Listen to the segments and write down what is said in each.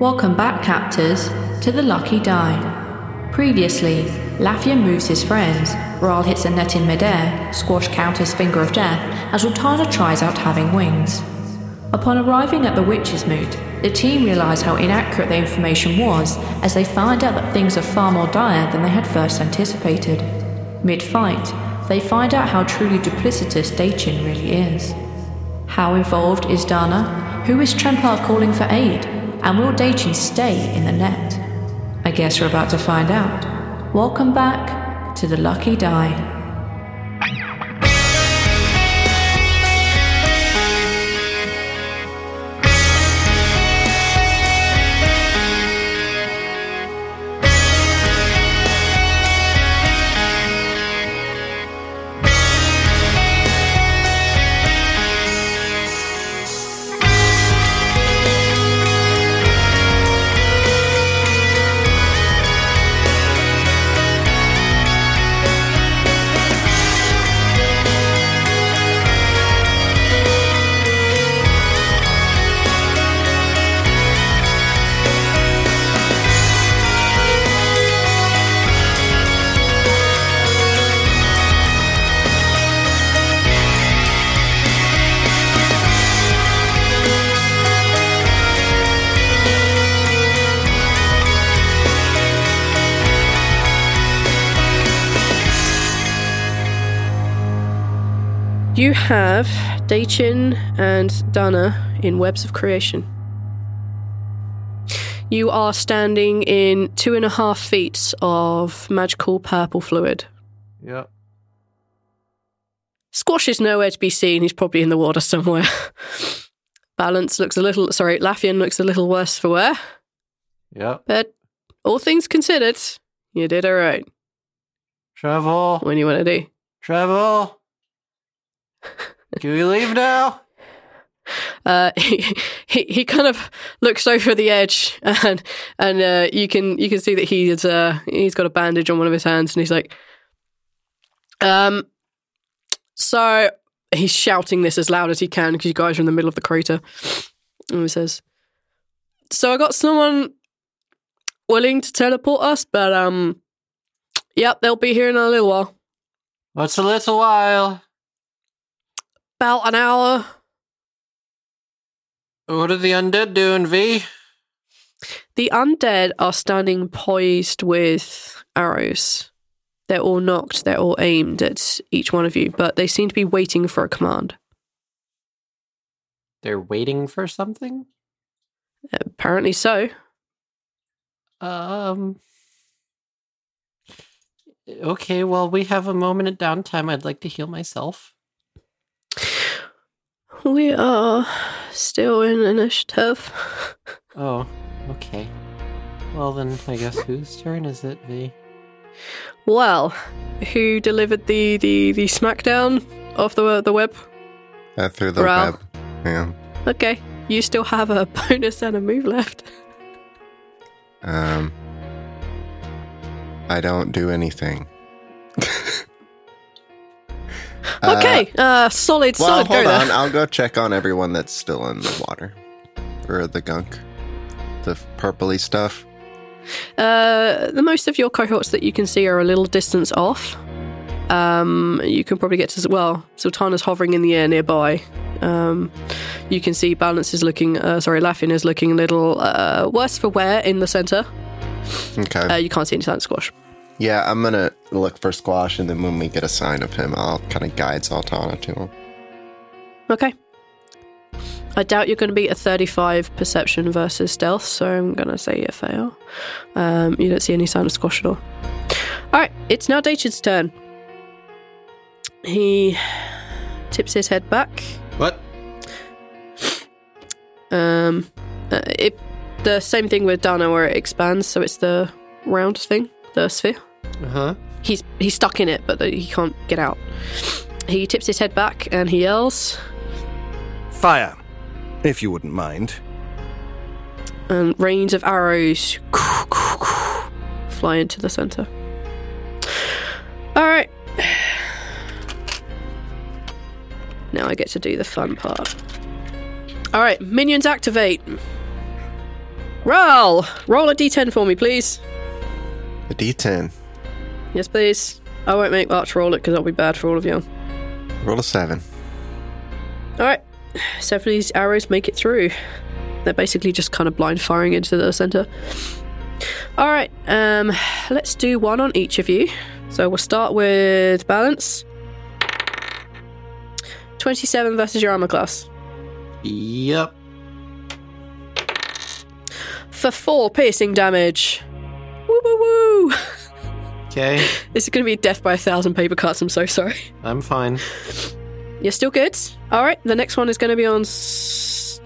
Welcome back, captors, to the Lucky Dime. Previously, Lafia moves his friends, Rahl hits a net in midair, Squash counters Finger of Death, and Sultana tries out having wings. Upon arriving at the Witch's Moot, the team realise how inaccurate the information was as they find out that things are far more dire than they had first anticipated. Mid fight, they find out how truly duplicitous Dachin really is. How involved is Dana? Who is Tremplar calling for aid? And will Dachin stay in the net? I guess we're about to find out. Welcome back to the Lucky Die. You have Daichin and Dana in Webs of Creation. You are standing in two and a half feet of magical purple fluid. Yeah. Squash is nowhere to be seen. He's probably in the water somewhere. Balance looks a little, sorry, Laffian looks a little worse for wear, Yeah. but all things considered, you did all right. Travel. What do you want to do? Travel. Can we leave now? Uh, he, he he kind of looks over the edge, and and uh, you can you can see that he is uh he's got a bandage on one of his hands, and he's like, um, so he's shouting this as loud as he can because you guys are in the middle of the crater, and he says, so I got someone willing to teleport us, but um, yep, they'll be here in a little while, What's a little while? about an hour. What are the undead doing, V? The undead are standing poised with arrows. They're all knocked, they're all aimed at each one of you, but they seem to be waiting for a command. They're waiting for something? Apparently so. Um. Okay, well, we have a moment of downtime. I'd like to heal myself. We are still in initiative. Oh, okay. Well, then, I guess whose turn is it, V? Well, who delivered the, the, the smackdown of the the web? Uh, through the Ralph. web. Yeah. Okay, you still have a bonus and a move left. Um, I don't do anything. Uh, Okay, uh, solid, well, solid. hold go on. there. I'll go check on everyone that's still in the water or the gunk, the purpley stuff. Uh, the most of your cohorts that you can see are a little distance off. Um, you can probably get to well. Sultana's hovering in the air nearby. Um, you can see Balance is looking. Uh, sorry, Laughing is looking a little uh, worse for wear in the center. Okay. Uh, you can't see any sign of squash. yeah, I'm gonna look for Squash, and then when we get a sign of him, I'll kind of guide Sultana to him. Okay. I doubt you're going to be a 35 perception versus stealth, so I'm going to say you fail. Um, you don't see any sign of squash at all. All right, it's now Dacian's turn. He tips his head back. What? Um, uh, it, the same thing with Dana, where it expands, so it's the round thing, the sphere. Uh huh. He's he's stuck in it, but he can't get out. He tips his head back and he yells. Fire, if you wouldn't mind. and rains Um, of arrows fly into the center. All right. Now I get to do the fun part. All right, minions activate. Roll, roll a d10 for me, please. A D10. Yes, please. I won't make Arch roll it because that'll be bad for all of you. Roll a seven. All right, several of these arrows make it through. They're basically just kind of blind firing into the center. All right, um, let's do one on each of you. So we'll start with balance. Twenty-seven versus your armor class Yep. for four piercing damage. Woo woo woo! Okay. This is going to be death by a thousand paper cuts. I'm so sorry. I'm fine. You're still good. All right, the next one is going to be on S-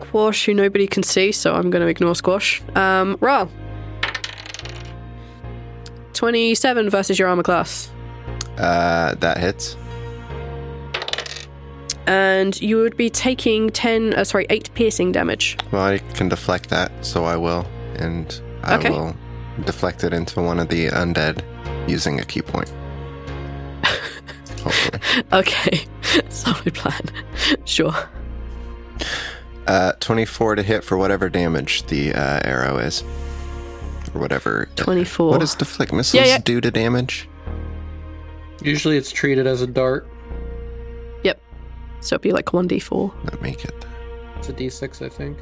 Squash, who nobody can see, so I'm going to ignore Squash. Um, Ra. 27 versus your armor class. Uh, that hits. And you would be taking 10, uh, sorry, 8 piercing damage. Well, I can deflect that, so I will, and I Okay. will deflect it into one of the undead using a key point. Hopefully. Okay, solid plan. Sure. Uh, 24 to hit for whatever damage the uh, arrow is. Or whatever. 24. What does deflect missiles yeah. do to damage? Usually it's treated as a dart. Yep. So it'd be like 1d4. Let me get that. It's a d6, I think.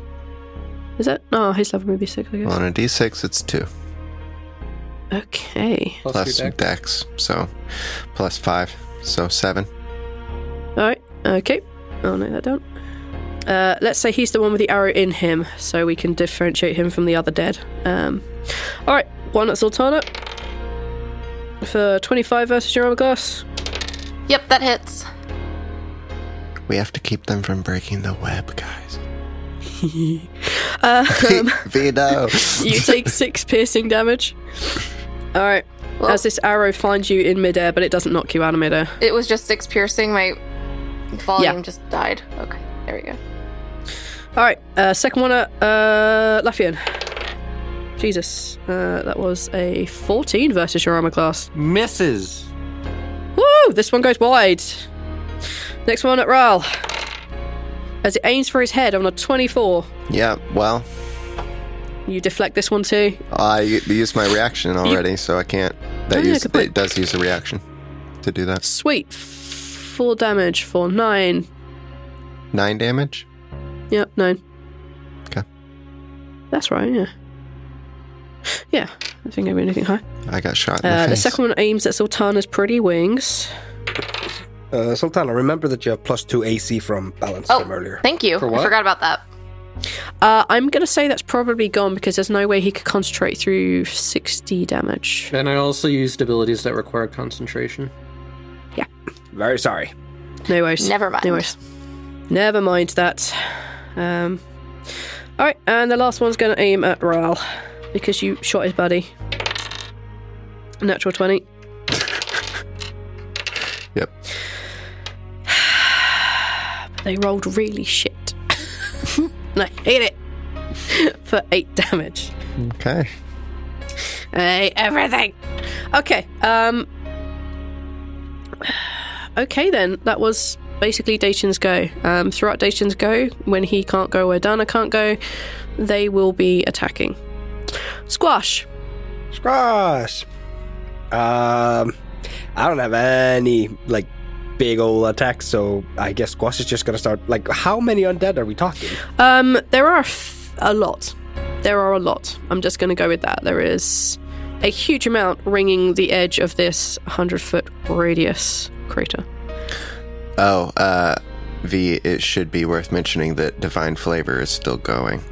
Is it? No, his level may be 6, I guess. On a d6, it's 2. Okay. Plus, Plus your dex. dex. so plus 5, so 7. All right. Okay. Oh no, that don't. Uh, let's say he's the one with the arrow in him, so we can differentiate him from the other dead. Um, all right, one at Sultana for twenty-five versus your armor class. Yep, that hits. We have to keep them from breaking the web, guys. Uh, um, Vito! you take six piercing damage. All right. As this arrow finds you in midair, but it doesn't knock you out of midair. It was just six piercing. My volume Yeah. just died. Okay, there we go. All right, uh, second one at uh, Laffian. Jesus, uh, that was a fourteen versus your armor class. Misses. Woo! This one goes wide. Next one at Ral. As it aims for his head on a 24. yeah, well, You deflect this one too. I used my reaction already, so I can't. That Oh, yeah, use, good point. it does use a reaction to do that. Sweet. Four damage for nine. Nine damage. Yep, nine. Okay. That's right, yeah. Yeah, I think I mean anything high. I got shot in the Uh, the face. second one aims at Sultana's pretty wings. Uh, Sultana, remember that you have plus two AC from balance Oh, from earlier. thank you. For I what? forgot about that. Uh, I'm going to say that's probably gone because there's no way he could concentrate through 60 damage. And I also used abilities that require concentration. Very sorry. No worries. Never mind. No worries. Never mind that. Um, all right, and the last one's going to aim at Ral because you shot his buddy. Natural 20. Yep. They rolled really shit. and I hate it. For eight damage. Okay. Hey, everything. Okay. Um. Okay, then. That was basically Dacian's go. Um, throughout Dacian's go, when he can't go where Dana can't go, they will be attacking. Squash. Squash. Um, I don't have any like big old attacks, so I guess Squash is just gonna start. Like, how many undead are we talking? Um, there are a f- a lot. There are a lot. I'm just going to go with that. There is a huge amount ringing the edge of this 100 foot radius crater. Oh, uh, V, it should be worth mentioning that Divine Flavor is still going.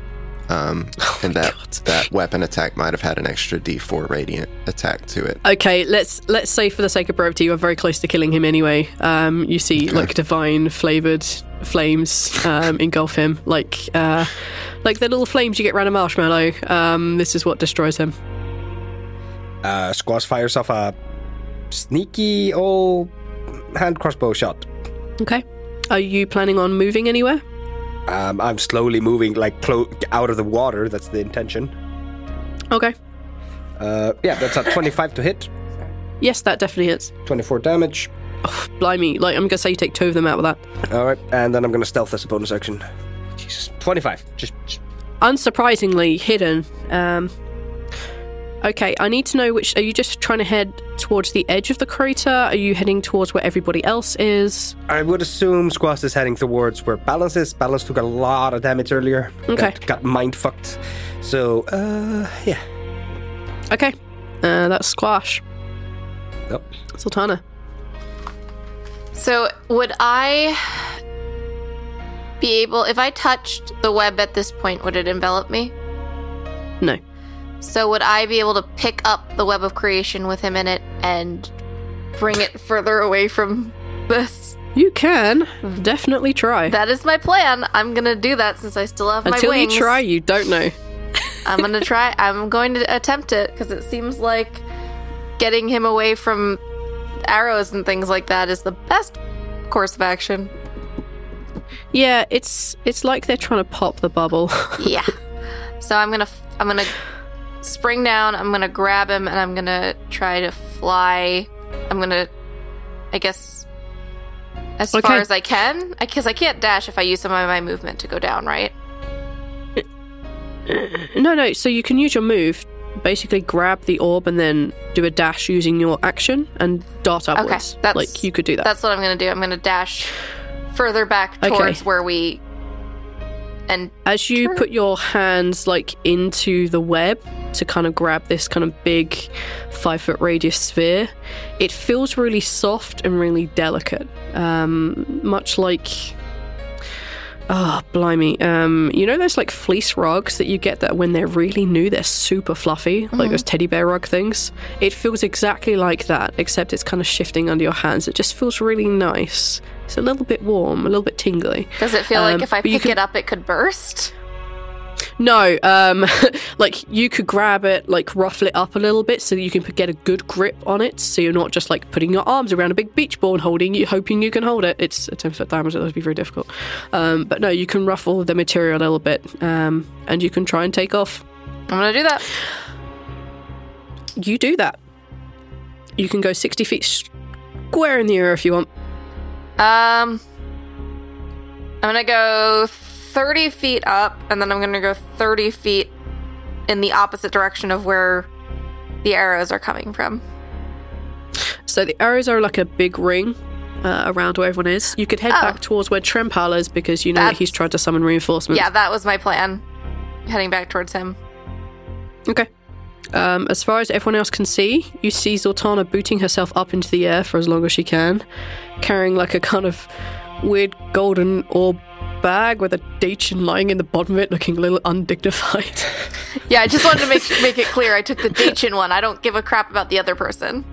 Um, Oh and that, that weapon attack might have had an extra D4 radiant attack to it. Okay, let's let's say for the sake of brevity, you're very close to killing him anyway. Um, you see like divine flavored flames um, engulf him, like uh, like the little flames you get around a marshmallow. Um, this is what destroys him. Uh, Squash fires off a sneaky old hand crossbow shot. Okay, are you planning on moving anywhere? Um, I'm slowly moving like clo- out of the water. That's the intention. Okay, Uh, yeah, that's a 25 to hit, yes, that definitely hits. 24 damage. Oh, blimey, like I'm gonna say you take two of them out with that. All right, and then I'm gonna stealth this a bonus action. Jesus, 25. Just, just unsurprisingly hidden. Um, okay, I need to know which. Are you just trying to head towards the edge of the crater? Are you heading towards where everybody else is? I would assume Squash is heading towards where Balance is. Balance took a lot of damage earlier. Okay. Got, got mind fucked. So, uh, yeah. Okay, uh, that's Squash, Nope. Sultana. So would I be able if I touched the web at this point, would it envelop me? No. So would I be able to pick up the web of creation with him in it and bring it further away from this? You can definitely try. That is my plan. I'm gonna do that since I still have Until my you wings. try, you don't know. I'm gonna try. I'm going to attempt it because it seems like getting him away from arrows and things like that is the best course of action. Yeah, it's it's like they're trying to pop the bubble. yeah. So I'm gonna I'm gonna spring down. I'm gonna grab him and I'm gonna try to fly. I'm gonna, I guess, as far Okay. as I can, because I can't dash if I use some of my movement to go down. Right? no, no. So you can use your move. Basically, grab the orb and then do a dash using your action and dart upwards. that's- like you could do that. That's what I'm gonna do. I'm gonna dash further back Okay. towards where we. And As you Sure. put your hands like into the web to kind of grab this kind of big five foot radius sphere, it feels really soft and really delicate. Um, much like oh blimey, um, you know those like fleece rugs that you get that when they're really new, they're super fluffy, like those teddy bear rug things. It feels exactly like that, except it's kind of shifting under your hands. It just feels really nice. It's a little bit warm, a little bit tingly. does it feel like Um, if I but you pick can- it up, it could burst? No, um, like you could grab it, like ruffle it up a little bit so that you can p- get a good grip on it. So you're not just like putting your arms around a big beach ball and holding you, hoping you can hold it. It's a 10 foot diameter, that would be very difficult. Um, but no, you can ruffle the material a little bit um, and you can try and take off. I'm gonna do that. You do that. You can go 60 feet square in the air if you want. Um, I'm gonna go 30 feet up, and then I'm gonna go 30 feet in the opposite direction of where the arrows are coming from. So the arrows are like a big ring. Uh, around where everyone is, you could head Oh. back towards where Trempal is because you know that That's- he's tried to summon reinforcements. Yeah, that was my plan. Heading back towards him. Okay. Um, as far as everyone else can see, you see Zoltana booting herself up into the air for as long as she can, carrying like a kind of weird golden orb bag with a Dacian lying in the bottom of it, looking a little undignified. Yeah, I just wanted to make make it clear. I took the Dachin one. I don't give a crap about the other person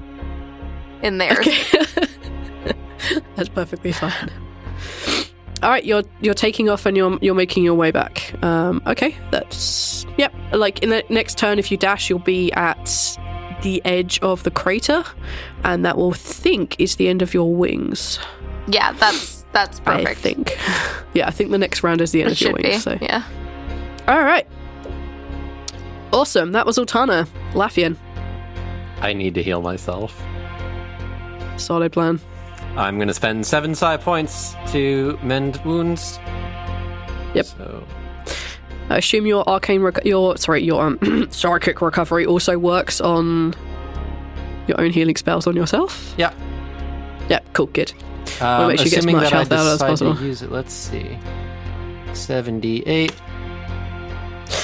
in there. That's perfectly fine. All right, you're you're taking off and you're you're making your way back. Um, okay, that's yep. Like in the next turn, if you dash, you'll be at the edge of the crater, and that will think is the end of your wings. Yeah, that's that's perfect. I think. Yeah, I think the next round is the end it of your should be. wings. So. Yeah. All right. Awesome. That was Altana. Laffian. I need to heal myself. Solid plan. I'm going to spend seven psi points to mend wounds. Yep. So, I assume your arcane, reco- your sorry, your um, psychic recovery also works on your own healing spells on yourself. yeah. Yeah, cool, good. Um, make sure you get as assuming much that I health out as decide possible. to use it, let's see. 78.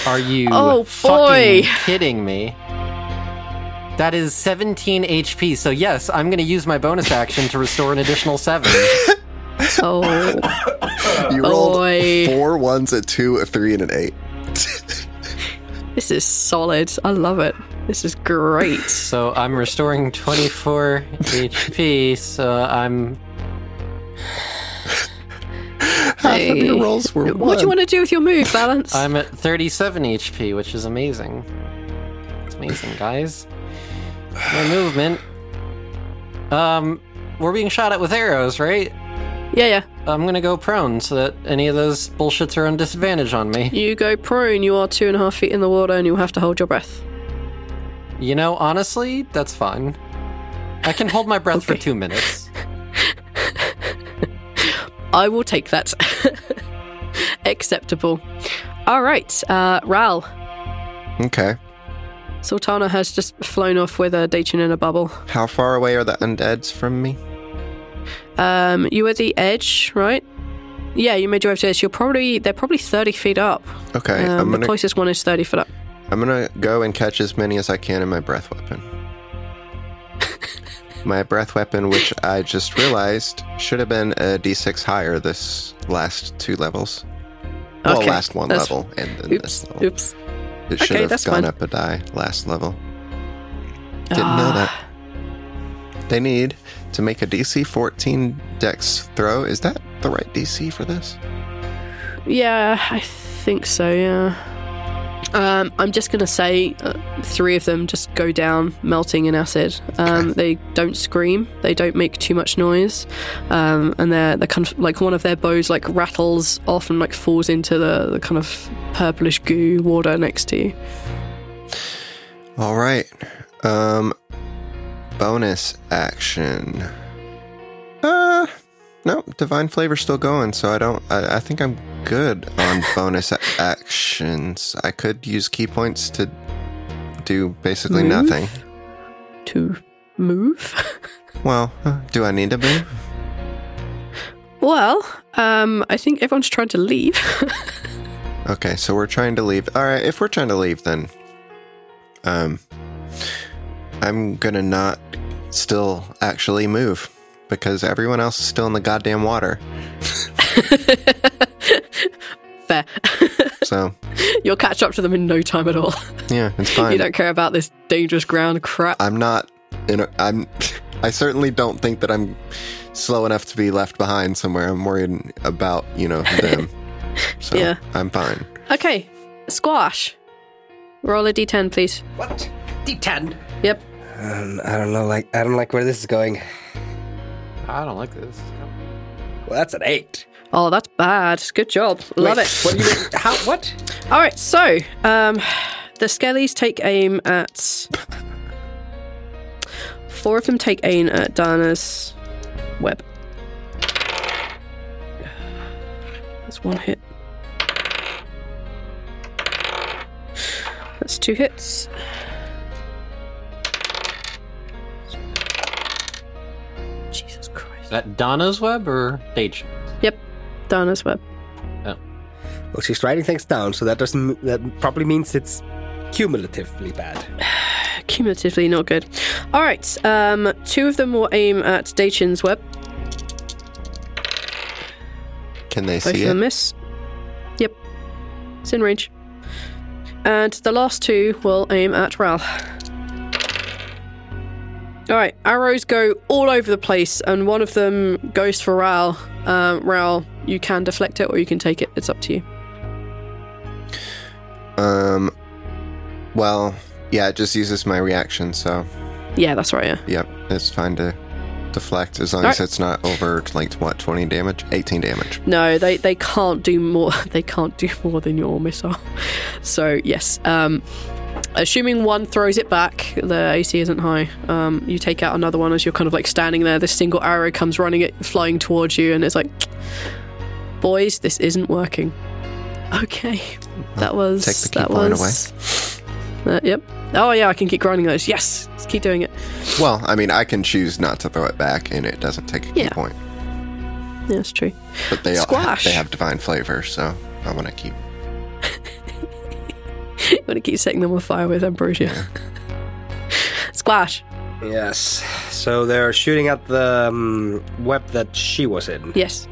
Are you Oh, fucking boy. kidding me? That is 17 HP. So yes, I'm going to use my bonus action to restore an additional 7. Oh, You rolled Oi. four ones, a two, a three, and an eight. this is solid. I love it. This is great. so I'm restoring 24 HP. So I'm Half of your rolls were What do you want to do with your move, Balance? I'm at 37 HP, which is amazing. It's amazing, guys. My movement. Um, we're being shot at with arrows, right? yeah, yeah. I'm gonna go prone so that any of those bullshits are on disadvantage on me. You go prone. You are two and a half feet in the water, and you'll have to hold your breath. You know, honestly, that's fine. I can hold my breath for Okay. two minutes. I will take that. Acceptable. All right, uh, Ral. Okay. Sultana has just flown off with a Dachin in a bubble. How far away are the undeads from me? Um, you were at the edge, right? Yeah, you made your way to the edge. You're probably they're probably thirty feet up. Okay, I'm Um, the gonna closest one is thirty feet up. I'm gonna go and catch as many as I can in my breath weapon. my breath weapon, which I just realized should have been a d6 higher this last two levels. Well, Okay, last one that's- level and then this Oops, level. oops. It should Okay, have that's gone fine. up a die last level. Didn't know Ah. that. They need to make a DC 14 dex throw. Is that the right DC for this? Yeah, I think so. Yeah. Um, I'm just gonna say uh, three of them just go down, melting in acid. Um, they don't scream. They don't make too much noise. Um, and they're they're kind of like one of their bows like rattles off and like falls into the, the kind of purplish goo water next to you. All right. Um bonus action. Uh no, divine flavor's still going, so I don't I, I think I'm good on bonus a- actions. I could use key points to do basically Move? nothing. To move. Well, huh, do I need to move? Well, um, I think everyone's trying to leave. Okay, so we're trying to leave. All right, if we're trying to leave, then um, I'm gonna not still actually move because everyone else is still in the goddamn water. Fair. So You'll catch up to them in no time at all. yeah, it's You fine. don't care about this dangerous ground crap. I'm not. In a, I'm. I certainly don't think that I'm slow enough to be left behind somewhere. I'm worried about you know them. So Yeah. I'm fine. Okay, squash. Roll a d10, please. What? D10. Yep. Um, I don't know. Like I don't like where this is going. I don't like this. Well, that's an eight. Oh, that's bad. Good job. Love Wait, it. What do you mean? How? What? All right, so um, the skellies take aim at. Four of them take aim at Dana's web. That's one hit. That's two hits. Jesus Is Christ. that Donna's web or Oh. Dage? Yep, Dana's web. Well, she's writing things down, so that doesn't. m- That probably means it's cumulatively bad. Cumulatively not good. All right, um, two of them will aim at Dachin's web. Can they Both see of them it? miss. Yep. It's in range. And the last two will aim at Ral. Alright, arrows go all over the place, and one of them goes for Ral. Um, Ral, you can deflect it or you can take it. It's up to you. Um. Well, yeah, it just uses my reaction, so. Yeah, that's right, yeah. Yep, it's fine to deflect as long All as it's not over like what twenty damage, eighteen damage. No, they, they can't do more. They can't do more than your missile. So yes, um, Assuming one throws it back, the AC isn't high. Um, you take out another one as you're kind of like standing there. This single arrow comes running, it flying towards you, and it's like, boys, this isn't working. Okay, that was take the key that point was. Uh, yep. Oh yeah, I can keep grinding those. Yes, just keep doing it. Well, I mean, I can choose not to throw it back, and it doesn't take a key Yeah. point. Yeah, that's true. But they all have, Squash. they have divine flavor, so I want to keep. I'm gonna keep setting them on fire with ambrosia. Squash. Yes. So they're shooting at the um, web that she was in. Yes.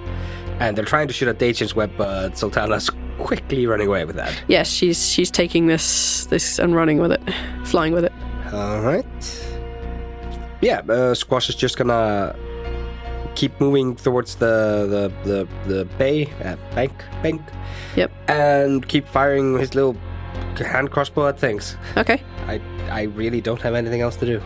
And they're trying to shoot at Dacian's web, but Sultana's quickly running away with that. Yes, she's she's taking this this and running with it, flying with it. All right. Yeah, uh, Squash is just gonna keep moving towards the the the, the bay uh, bank bank. Yep. And keep firing his little hand crossbow at things. Okay. I I really don't have anything else to do.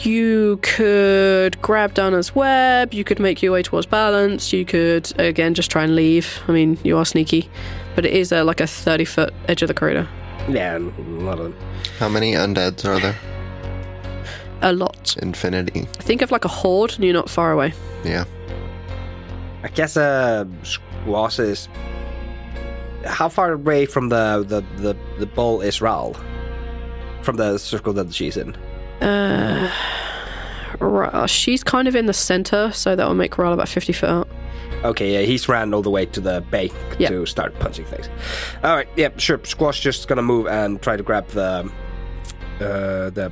You could grab Dana's web. You could make your way towards balance. You could again just try and leave. I mean, you are sneaky, but it is uh, like a thirty foot edge of the corridor. Yeah, n- not a, How many undeads are there? A lot. Infinity. Think of like a horde, and you're not far away. Yeah. I guess uh Squash is how far away from the the the, the ball is Ral? From the circle that she's in. Uh, Ra- she's kind of in the center, so that will make Rala about fifty foot out. Okay, yeah, he's ran all the way to the bay Yeah. to start punching things. All right, yeah, sure. Squash just gonna move and try to grab the uh, the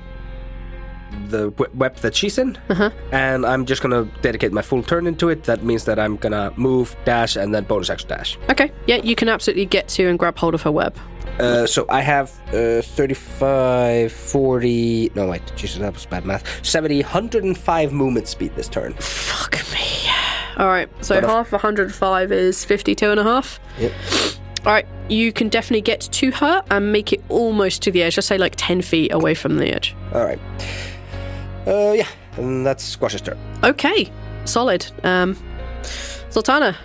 the we- web that she's in, Uh-huh. and I'm just gonna dedicate my full turn into it. That means that I'm gonna move, dash, and then bonus action dash. Okay. Yeah, you can absolutely get to and grab hold of her web. Uh, so I have uh, 35, 40. No, wait, Jesus, that was bad math. 70, 105 movement speed this turn. Fuck me. All right. So half 105 is 52 and a half. Yep. All right. You can definitely get to her and make it almost to the edge. Let's say like 10 feet away from the edge. All right. Uh, yeah, and that's Squash's turn. Okay. Solid. Um, Sultana,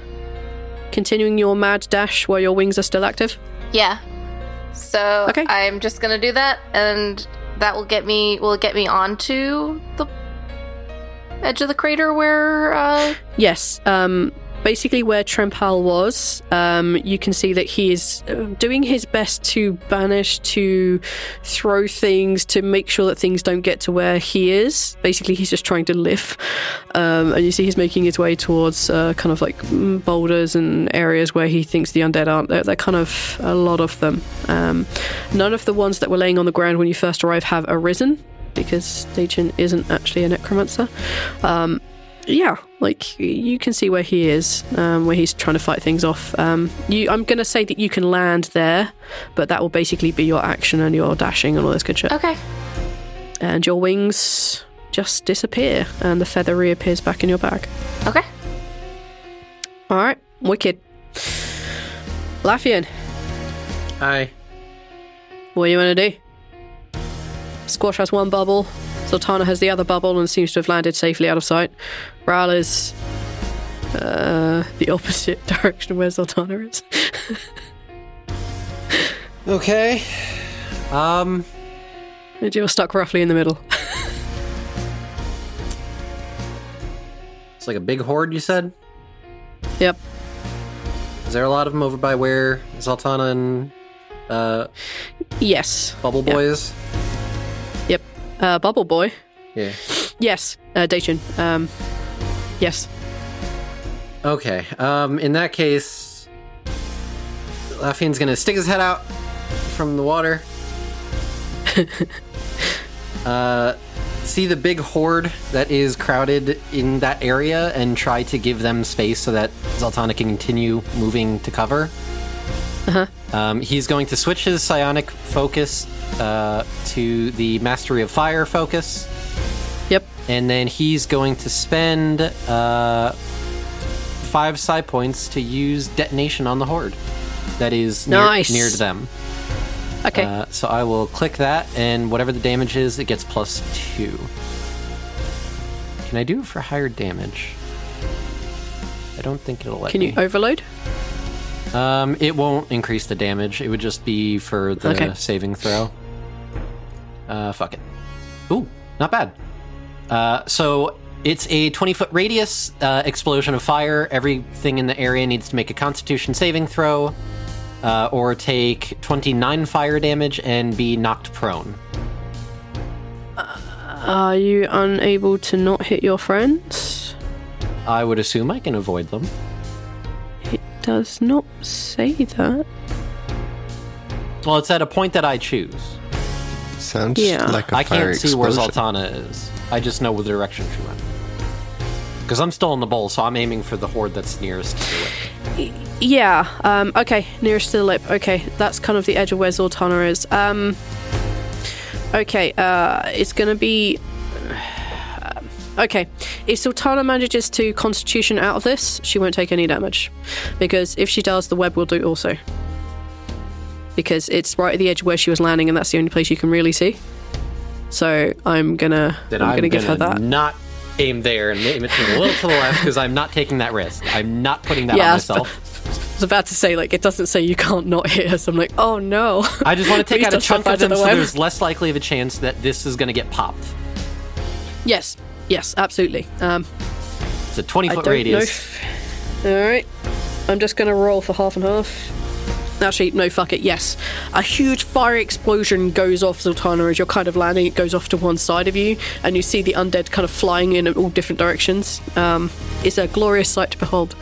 continuing your mad dash while your wings are still active. Yeah. So Okay. I'm just gonna do that, and that will get me will get me onto the edge of the crater where uh, Yes. Um, basically, where Trempal was, um, you can see that he is uh, doing his best to banish, to throw things, to make sure that things don't get to where he is. Basically, he's just trying to live. Um, and you see he's making his way towards uh, kind of like mm, boulders and areas where he thinks the undead aren't. They're, they're kind of a lot of them. Um, none of the ones that were laying on the ground when you first arrived have arisen. Because Dajin isn't actually a necromancer yeah, like you can see where he is, um, where he's trying to fight things off. Um, you, I'm going to say that you can land there, but that will basically be your action and your dashing and all this good shit. okay. And your wings just disappear, and the feather reappears back in your bag. Okay. All right, wicked. Laffian, Hi. what do you want to do? Squash has one bubble. Sultana has the other bubble and seems to have landed safely out of sight. Ral is uh, the opposite direction where Sultana is. Okay. Um, And You're stuck roughly in the middle. it's like a big horde, you said? yep. Is there a lot of them over by where Zoltana and uh, Yes. Bubble Yeah. Boy is? Yep. Uh, Bubble Boy. Yeah. Yes. Uh, Dachin. Um, yes. Okay. Um, in that case, Laffian's gonna stick his head out from the water. uh, see the big horde that is crowded in that area and try to give them space so that Zoltana can continue moving to cover. Um, he's going to switch his psionic focus uh, to the Mastery of Fire focus Yep. and then he's going to spend uh, five psi points to use detonation on the horde that is near, Nice. near to them. Okay. Uh, so I will click that, and whatever the damage is, it gets plus two. Can I do it for higher damage? I don't think it'll let Can you me. overload? Um, it won't increase the damage. It would just be for the Okay. saving throw. Uh, fuck it. Ooh, not bad. Uh, so it's a 20 foot radius uh, explosion of fire. Everything in the area needs to make a Constitution saving throw, uh, or take 29 fire damage and be knocked prone. Are you unable to not hit your friends? I would assume I can avoid them. It does not say that. Well, it's at a point that I choose. Sounds Yeah. like a I fire can't see where explosion. Zoltana is. I just know the direction she went. Because I'm still in the bowl, so I'm aiming for the horde that's nearest to it. Yeah. Um, okay. Nearest to the lip. Okay. That's kind of the edge of where Zoltana is. Um, okay. Uh, it's going to be. Okay. If Zoltana manages to Constitution out of this, she won't take any damage. Because if she does, the web will do also. Because it's right at the edge where she was landing, and that's the only place you can really see. So I'm gonna, Then I'm gonna give her that. Not aim there and aim it to a little to the left because I'm not taking that risk. I'm not putting that on Yeah, but- myself. I was about to say, like, it doesn't say you can't not hit us. I'm like, oh no. I just want to take Please out a don't chunk step of them out so the way. there's less likely of a chance that this is going to get popped. Yes, yes, absolutely. Um, It's a 20 I foot don't know. radius. If... All right, I'm just gonna roll for half and half. Actually, no, fuck it. Yes, a huge fire explosion goes off Zoltana as you're kind of landing. It goes off to one side of you, and you see the undead kind of flying in all different directions. Um, it's a glorious sight to behold.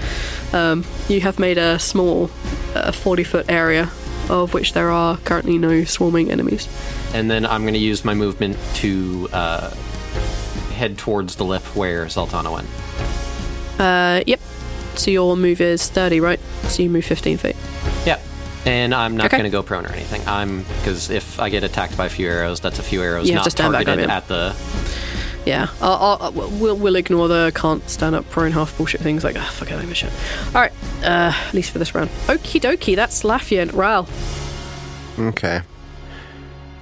Um, you have made a small, uh, 40 foot area, of which there are currently no swarming enemies. And then I'm going to use my movement to uh, head towards the lip where Zoltana went. Uh, yep. So your move is 30, right? So you move 15 feet. Yeah. And I'm not Okay. going to go prone or anything. I'm because if I get attacked by a few arrows, that's a few arrows You have not to stand back up, targeted yeah. at the. Yeah, I'll, I'll, we'll, we'll ignore the can't stand up prone half bullshit things. Like, ah, fuck it, I give a shit. All right, uh, at least for this round. Okie dokie, that's Laffian. Ral, Okay.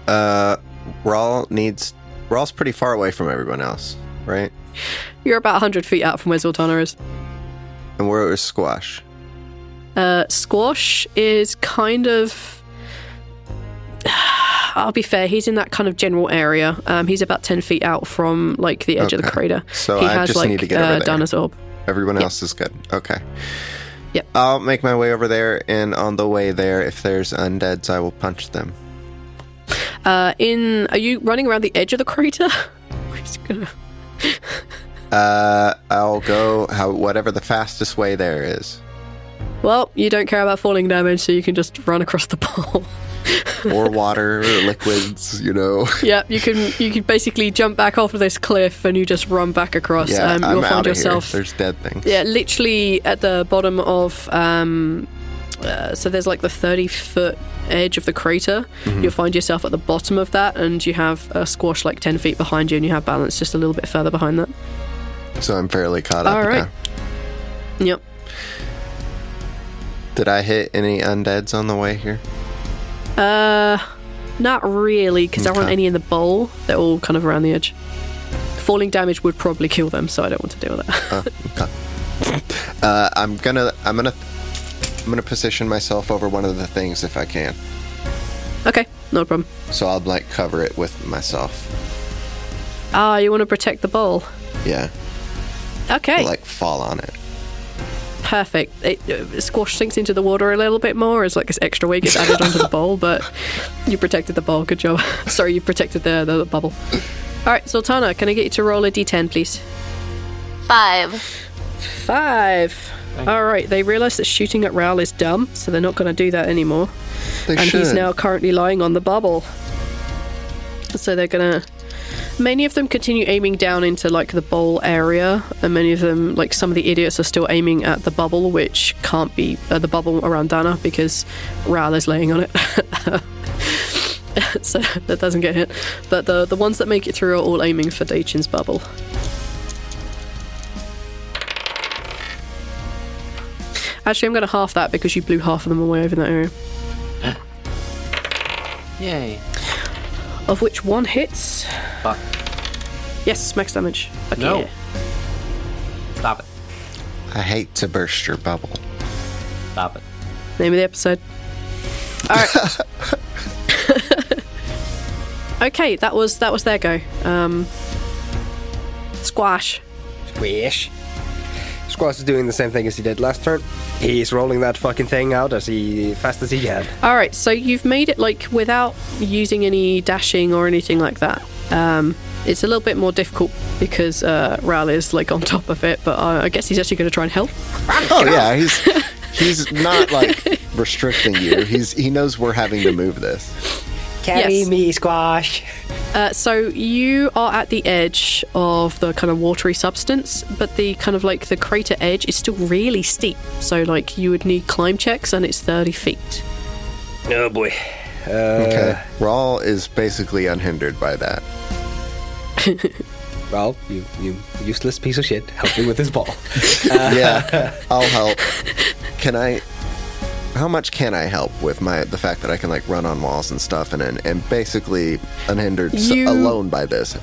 Uh, Rawl needs. Rawl's pretty far away from everyone else, right? you're about 100 feet out from where Zoltana is. And where is Squash? Uh, Squash is kind of. I'll be fair, he's in that kind of general area. Um, he's about 10 feet out from, like, the edge of the Okay. crater. So he I has, just like, need to get over uh, there. Dana's orb. Everyone else is good. Okay. Yep. I'll make my way over there, and on the way there, if there's undeads, I will punch them. Uh, in. Are you running around the edge of the crater? We're just gonna- Uh, I'll go how whatever the fastest way there is, Well, you don't care about falling damage, so you can just run across the ball. or water, or liquids, you know. yeah, you can you can basically jump back off of this cliff and you just run back across. Yeah, um, I'm you'll out find of yourself here. There's dead things. yeah, literally at the bottom of um, uh, so there's like the 30 foot edge of the crater. Mm-hmm. You'll find yourself at the bottom of that, and you have a squash like 10 feet behind you, and you have balance just a little bit further behind that. So I'm fairly caught up All right. now. Yep. Did I hit any undeads on the way here? Uh, not really, because there aren't Okay. any in the bowl. They're all kind of around the edge. Falling damage would probably kill them, so I don't want to deal with that. Oh. Uh, I'm gonna, I'm gonna, I'm gonna position myself over one of the things if I can. okay, no problem. So I'll like cover it with myself. Ah, you want to protect the bowl? Yeah, Okay, like fall on it. perfect. It, uh, squash sinks into the water a little bit more as like this extra weight gets added onto the bowl, but you protected the bowl. Good job. Sorry, you protected the, the bubble. All right, Sultana, can I get you to roll a d10, please? Five. Five. All right, they realise that shooting at Raoul is dumb, so they're not going to do that anymore. They and should. he's now currently lying on the bubble. So they're gonna. Many of them continue aiming down into like the bowl area, and many of them, like some of the idiots, are still aiming at the bubble, which can't be uh, the bubble around Dana because Ral is laying on it, so that doesn't get hit. But the the ones that make it through are all aiming for Daichin's bubble. Actually, I'm gonna half that because you blew half of them away over in that area. Yay! of which one hits. Fuck! Yes, max damage. Okay. No. Stop it! I hate to burst your bubble. Stop it! Name of the episode. Okay, that was that was their go. Um, squash. Squish. Squash is doing the same thing as he did last turn. He's rolling that fucking thing out as he fast as he can. All right, so you've made it like without using any dashing or anything like that. Um, it's a little bit more difficult because uh, Ral is like on top of it, but uh, I guess he's actually going to try and help. Oh yeah, he's he's not like restricting you. He's he knows we're having to move this. Carry Yes. me, Squash. Uh, so you are at the edge of the kind of watery substance, but the kind of like the crater edge is still really steep. So like you would need climb checks, and it's thirty feet. Oh boy. Uh, Okay, Rawl is basically unhindered by that. Well, you you useless piece of shit. Help me with this ball. yeah, I'll help. Can I? How much can I help with my the fact that I can like run on walls and stuff and and, and basically unhindered s You- alone by this?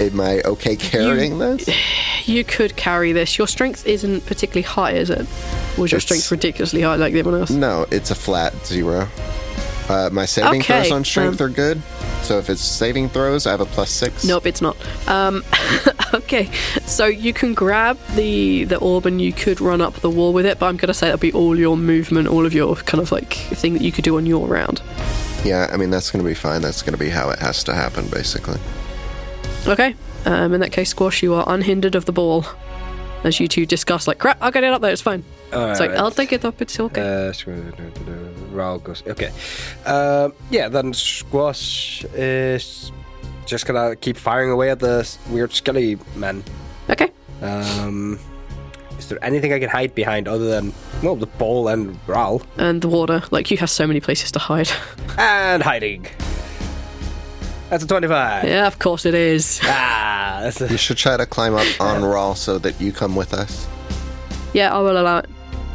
Am I okay carrying this? You could carry this. Your strength isn't particularly high, is it? Or is your It's- Mm. strength ridiculously high like everyone else? No, it's a flat zero. Uh, my saving Okay, throws on strength um, are good. So if it's saving throws, I have a plus six. Nope, it's not. Um, okay, so you can grab the the orb and you could run up the wall with it, but I'm going to say that'll be all your movement, all of your kind of like thing that you could do on your round. Yeah, I mean that's gonna be fine. That's gonna be how it has to happen, basically. Okay, um, in that case, Squash, you are unhindered of the ball. As you two discuss, like, crap, I'll get it up there, it's fine. All it's like, right. I'll take it up, it's okay. Uh, screw- do- do- do- Raoul goes. Okay. Um, yeah, then Squash is just gonna keep firing away at the s- weird skelly man. okay. Um, is there anything I can hide behind other than well the ball and Raoul And the water, like, you have so many places to hide. and hiding? That's a twenty-five. yeah, of course it is. Ah, that's a, You should try to climb up on Rawl so that you come with us. Yeah, I will allow it.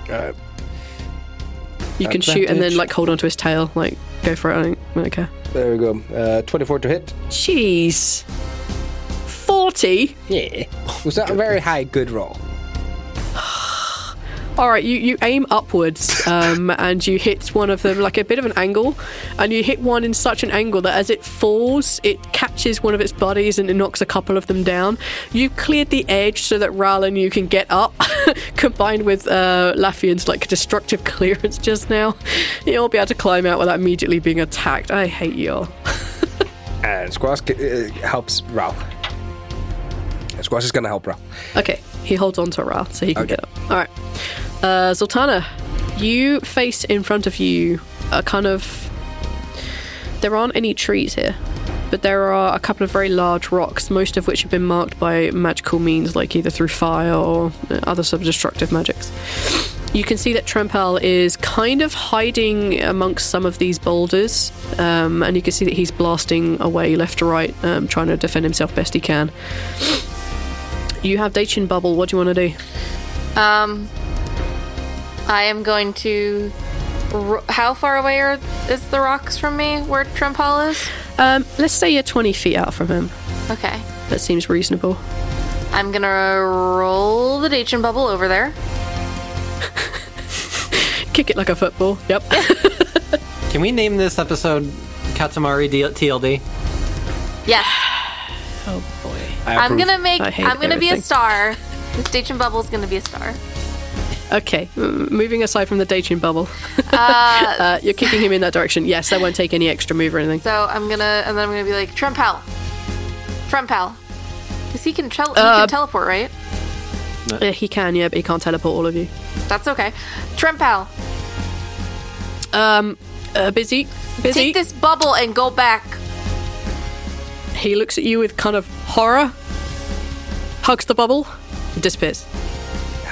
uh, You can shoot and then, Advantage. like, hold onto his tail, like, go for it, I don't, I don't care. there we go. Uh, Twenty-four to hit. Jeez. 40? Yeah. Was that a very high good roll? All right, you, you aim upwards um, and you hit one of them like a bit of an angle, and you hit one in such an angle that as it falls, it catches one of its bodies and it knocks a couple of them down. You've cleared the edge so that Ral and you can get up, combined with uh, Laffian's like destructive clearance just now. You'll be able to climb out without immediately being attacked. I hate you all. And Squash uh, helps Raoul. Squash is gonna help Raoul. Okay, he holds on to Ra, so he can get up. All right. Uh, Zoltana, you face in front of you a kind of. There aren't any trees here, but there are a couple of very large rocks, most of which have been marked by magical means, like either through fire or uh, other sort of destructive magics. You can see that Trampel is kind of hiding amongst some of these boulders, um, and you can see that he's blasting away left to right, um, trying to defend himself best he can. You have Daichin Bubble. What do you want to do? Um, I am going to. ro- How far away are is the rocks from me? Where Trempal is? Um, let's say you're 20 feet out from him. Okay, That seems reasonable. I'm gonna roll the Dachin bubble over there. Kick it like a football. Yep. Can we name this episode Katamari D- TLD? Yes, oh boy. I I'm approve. gonna make. I hate I'm gonna be a everything. star. This Dachin bubble is gonna be a star. Okay. m- Moving aside from the Daichin Bubble, uh, you're kicking him in that direction. Yes, that won't take any extra move or anything. So I'm gonna, and then I'm gonna be like Trempal, Trempal, because he can, trel- he Uh, can teleport, right? Uh, he can, yeah, but he can't teleport all of you. That's okay. Trempal, Um, uh, busy, busy. take this bubble and go back. He looks at you with kind of horror. Hugs the bubble. Disappears.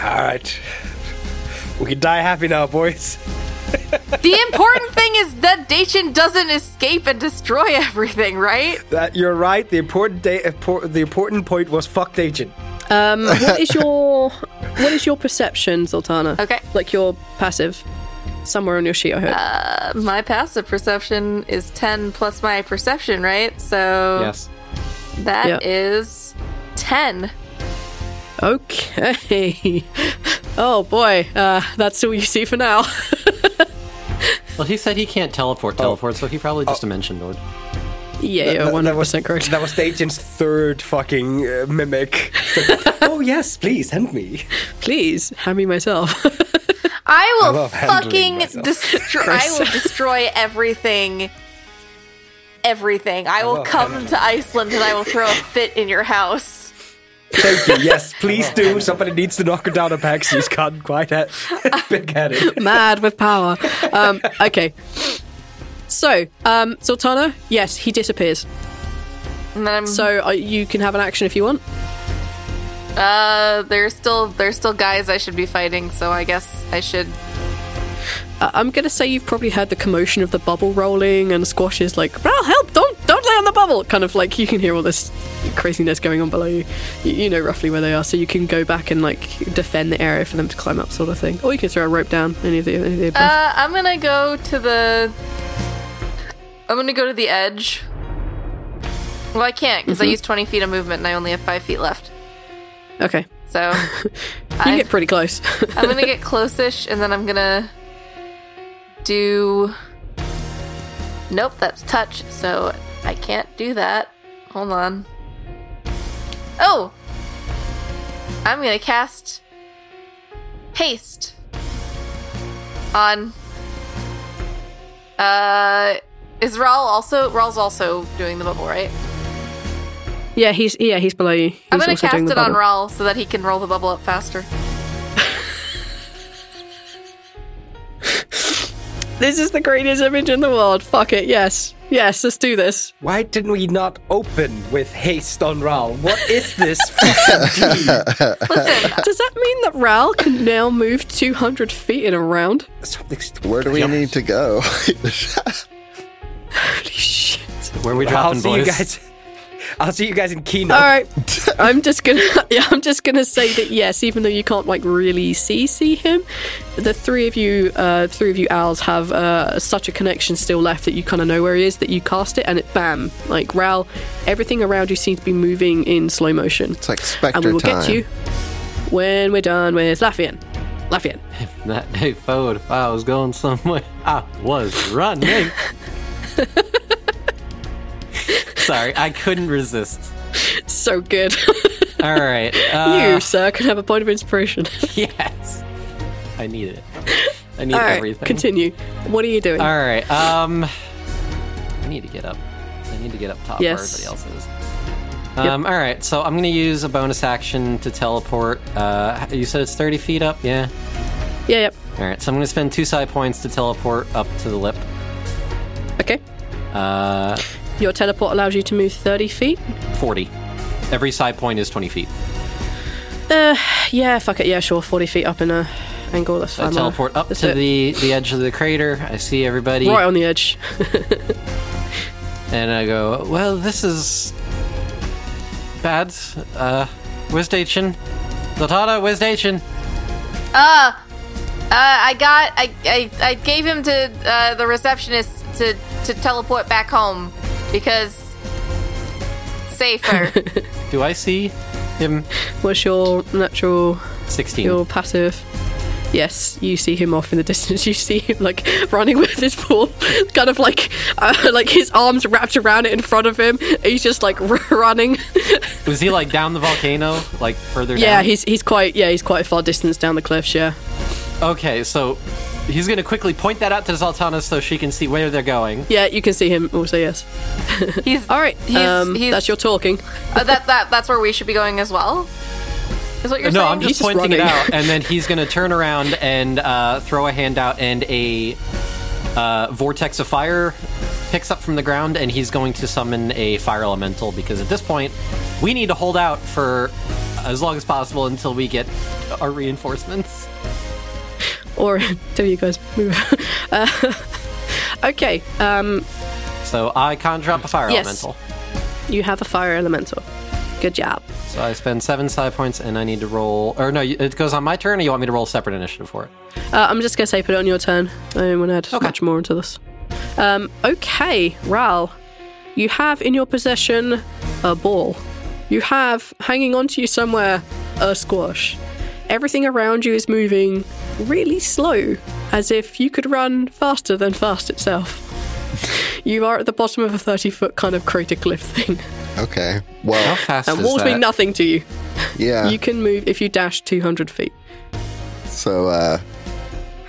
All right. We can die happy now, boys. The important thing is that Dacian doesn't escape and destroy everything, right? That you're right. The important day, impor- the important point was fuck agent. Um, what is your what is your perception, Zoltana? Okay. Like your passive, somewhere on your sheet. I heard. My passive perception is 10 plus my perception, right? Uh, So Yes. that Yeah. is 10. Okay. Oh boy, uh, that's all you see for now. oh. Well, he said he can't teleport, teleport, so he probably just dimension door. Yeah, you're 100% correct. That was the agent's third fucking uh, mimic. oh yes, please send me. Please, hand me myself. I will love handling fucking myself. destroy. I will destroy everything. Everything. I will love come to Iceland and I will throw a fit in your house. Thank you. Yes, please do. Somebody needs to knock her down a peg. She's gotten quite a big headed. Mad with power. Um, okay. So, um, Sultana, yes, he disappears. And then I'm, So uh, you can have an action if you want. uh, there's still there's still guys I should be fighting. So I guess I should. Uh, I'm gonna say you've probably heard the commotion of the bubble rolling and Squash is like, "Well, help! Don't don't lay on the bubble!" Kind of like you can hear all this craziness going on below you. you. You know roughly where they are, so you can go back and like defend the area for them to climb up, sort of thing. Or you can throw a rope down. Any of the any of the above. Uh, I'm gonna go to the. I'm gonna go to the edge. Well, I can't Mm-hmm. because I used 20 feet of movement and I only have five feet left. okay, So you I- get pretty close. I'm gonna get close-ish, and then I'm gonna do. Nope, that's touch, so I can't do that. Hold on. Oh, I'm gonna cast haste on. Uh, is Raul also? Raul's also doing the bubble, right? yeah, he's yeah he's below you. He's I'm gonna also cast doing the it on bubble. Raul so that he can roll the bubble up faster. This is the greatest image in the world. Fuck it. Yes, yes, let's do this. Why didn't we not open with haste on Raul? What is this fucking dream? Does that mean that Ral can now move 200 feet in a round? Something's Where do we Yeah. need to go? Holy shit. Where are we I'll dropping, see boys? you guys. I'll see you guys in Kino. All right, I'm just gonna, yeah, I'm just gonna say that yes, even though you can't like really see see him, the three of you, uh, three of you owls have uh, such a connection still left that you kind of know where he is. That you cast it and it bam, like Ral, everything around you seems to be moving in slow motion. It's like and Spectre we will time. get to you when we're done with Laffian. Laffian. That day forward, if I was going somewhere, I was running. Sorry, I couldn't resist. So good. All right. Uh, you, sir, can have a point of inspiration. Yes. I need it. I need All right, everything. continue. What are you doing? All right. Um, I need to get up. I need to get up top Yes. where everybody else is. Um, All right. So I'm gonna use a bonus action to teleport. Uh, you said it's 30 feet up. Yeah. Yeah, yep. All right. So I'm gonna spend two side points to teleport up to the lip. Okay. Uh, Your teleport allows you to move 30 feet. 40. Every side point is 20 feet. Uh, yeah, fuck it. Yeah, sure. 40 feet up in a angle. That's I fine. teleport up That's to it. the the edge of the crater. I see everybody, Right on the edge. and I go, "Well, this is bad. Uh, where's Dachin? Zotana, where's Dachin? Uh, uh, I got, I, I, I gave him to uh, the receptionist to to teleport back home because safer. Do I see him? What's your natural, 16. your passive? Yes, you see him off in the distance. You see him like running with his ball, kind of like, uh, like his arms wrapped around it in front of him. He's just like running. Was he like down the volcano, like further yeah, down? he's he's quite yeah he's quite a far distance down the cliffs. Yeah. Okay, so he's gonna quickly point that out to Zoltana so she can see where they're going. Yeah, you can see him also, yes. He's All right, He's, um, he's, that's your talking. uh, that that that's where we should be going as well. Is what you're no, saying? I'm just He's just pointing it running. out, and then he's gonna turn around and uh, throw a hand out, and a uh, vortex of fire picks up from the ground, and he's going to summon a fire elemental because at this point, we need to hold out for as long as possible until we get our reinforcements. Or do you guys move? Uh, okay, um, So I conjure up a fire Yes. elemental. you have a fire elemental. Good job. So I spend seven side points, and I need to roll. Or no, you- it goes on my turn. Or you want me to roll separate initiative for it? Uh, I'm just gonna say put it on your turn. I don't want to add much more into this. Um, okay, Ral, you have in your possession a ball. You have hanging onto you somewhere a squash. Everything around you is moving really slow, as if you could run faster than fast itself. You are at the bottom of a 30 foot kind of crater cliff thing. Okay. Well, How fast And is walls that? mean nothing to you. yeah. You can move if you dash 200 feet. So, uh,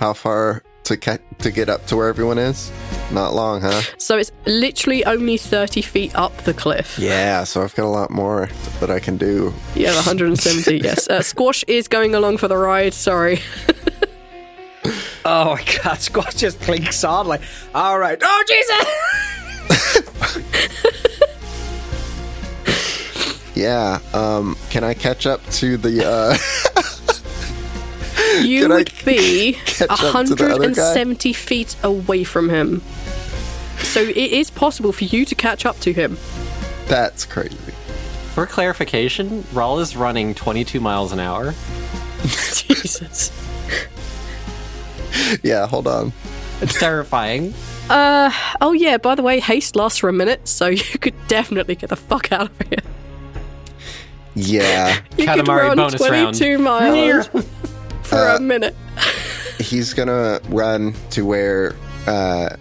how far to ca- to get up to where everyone is? Not long, huh? So it's literally only 30 feet up the cliff. Yeah. So I've got a lot more that I can do. You have 170, yes. Uh, Squash is going along for the ride, sorry. Oh my god, Squash just clinks on like, all right. Oh Jesus! Yeah. Um, can I catch up to the? Uh, You Can I would be catch up to the other guy? 170 feet away from him. So it is possible for you to catch up to him. that's crazy. For clarification, Rawl is running 22 miles an hour. Jesus. Yeah. Hold on. It's terrifying. Uh, oh yeah, by the way, haste lasts for a minute, so you could definitely get the fuck out of here. Yeah. You could Katamari run bonus 22 miles for Uh, a minute. He's gonna run to where uh,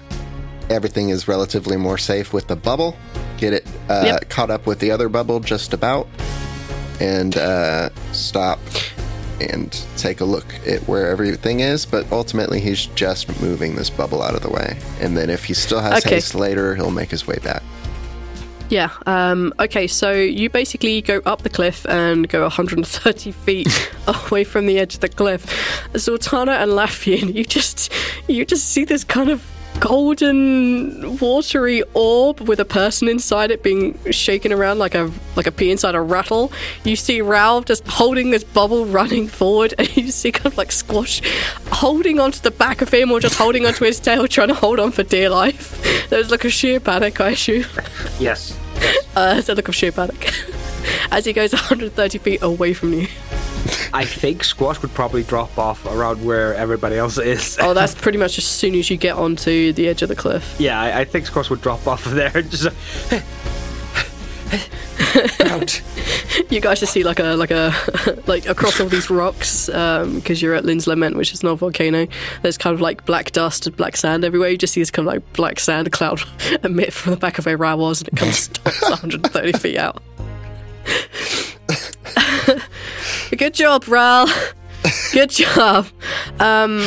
everything is relatively more safe with the bubble. Get it uh, Yep. caught up with the other bubble just about, and uh, stop and take a look at where everything is. But ultimately, he's just moving this bubble out of the way. And then if he still has Okay. haste later, he'll make his way back. Yeah. Um, okay, so you basically go up the cliff and go 130 feet away from the edge of the cliff. Zoltana and Lafian, you just you just see this kind of golden watery orb with a person inside it being shaken around like a like a pea inside a rattle. You see Ralph just holding this bubble running forward and you see kind of like squash holding onto the back of him or just holding onto his tail trying to hold on for dear life. There's like a sheer panic I assume. yes. Uh, it's a look of sheer panic as he goes 130 feet away from you. I think Squash would probably drop off around where everybody else is. Oh, that's pretty much as soon as you get onto the edge of the cliff. Yeah, I, I think Squash would drop off of there. and Just out. You guys just see like a like a like across all these rocks because you're at Lynn's Lament, which is not a volcano. There's kind of like black dust and black sand everywhere. You just see this kind of like black sand cloud emit from the back of where Ra was, and it comes stops 130 feet out. Good job, Ral. Good job. Um,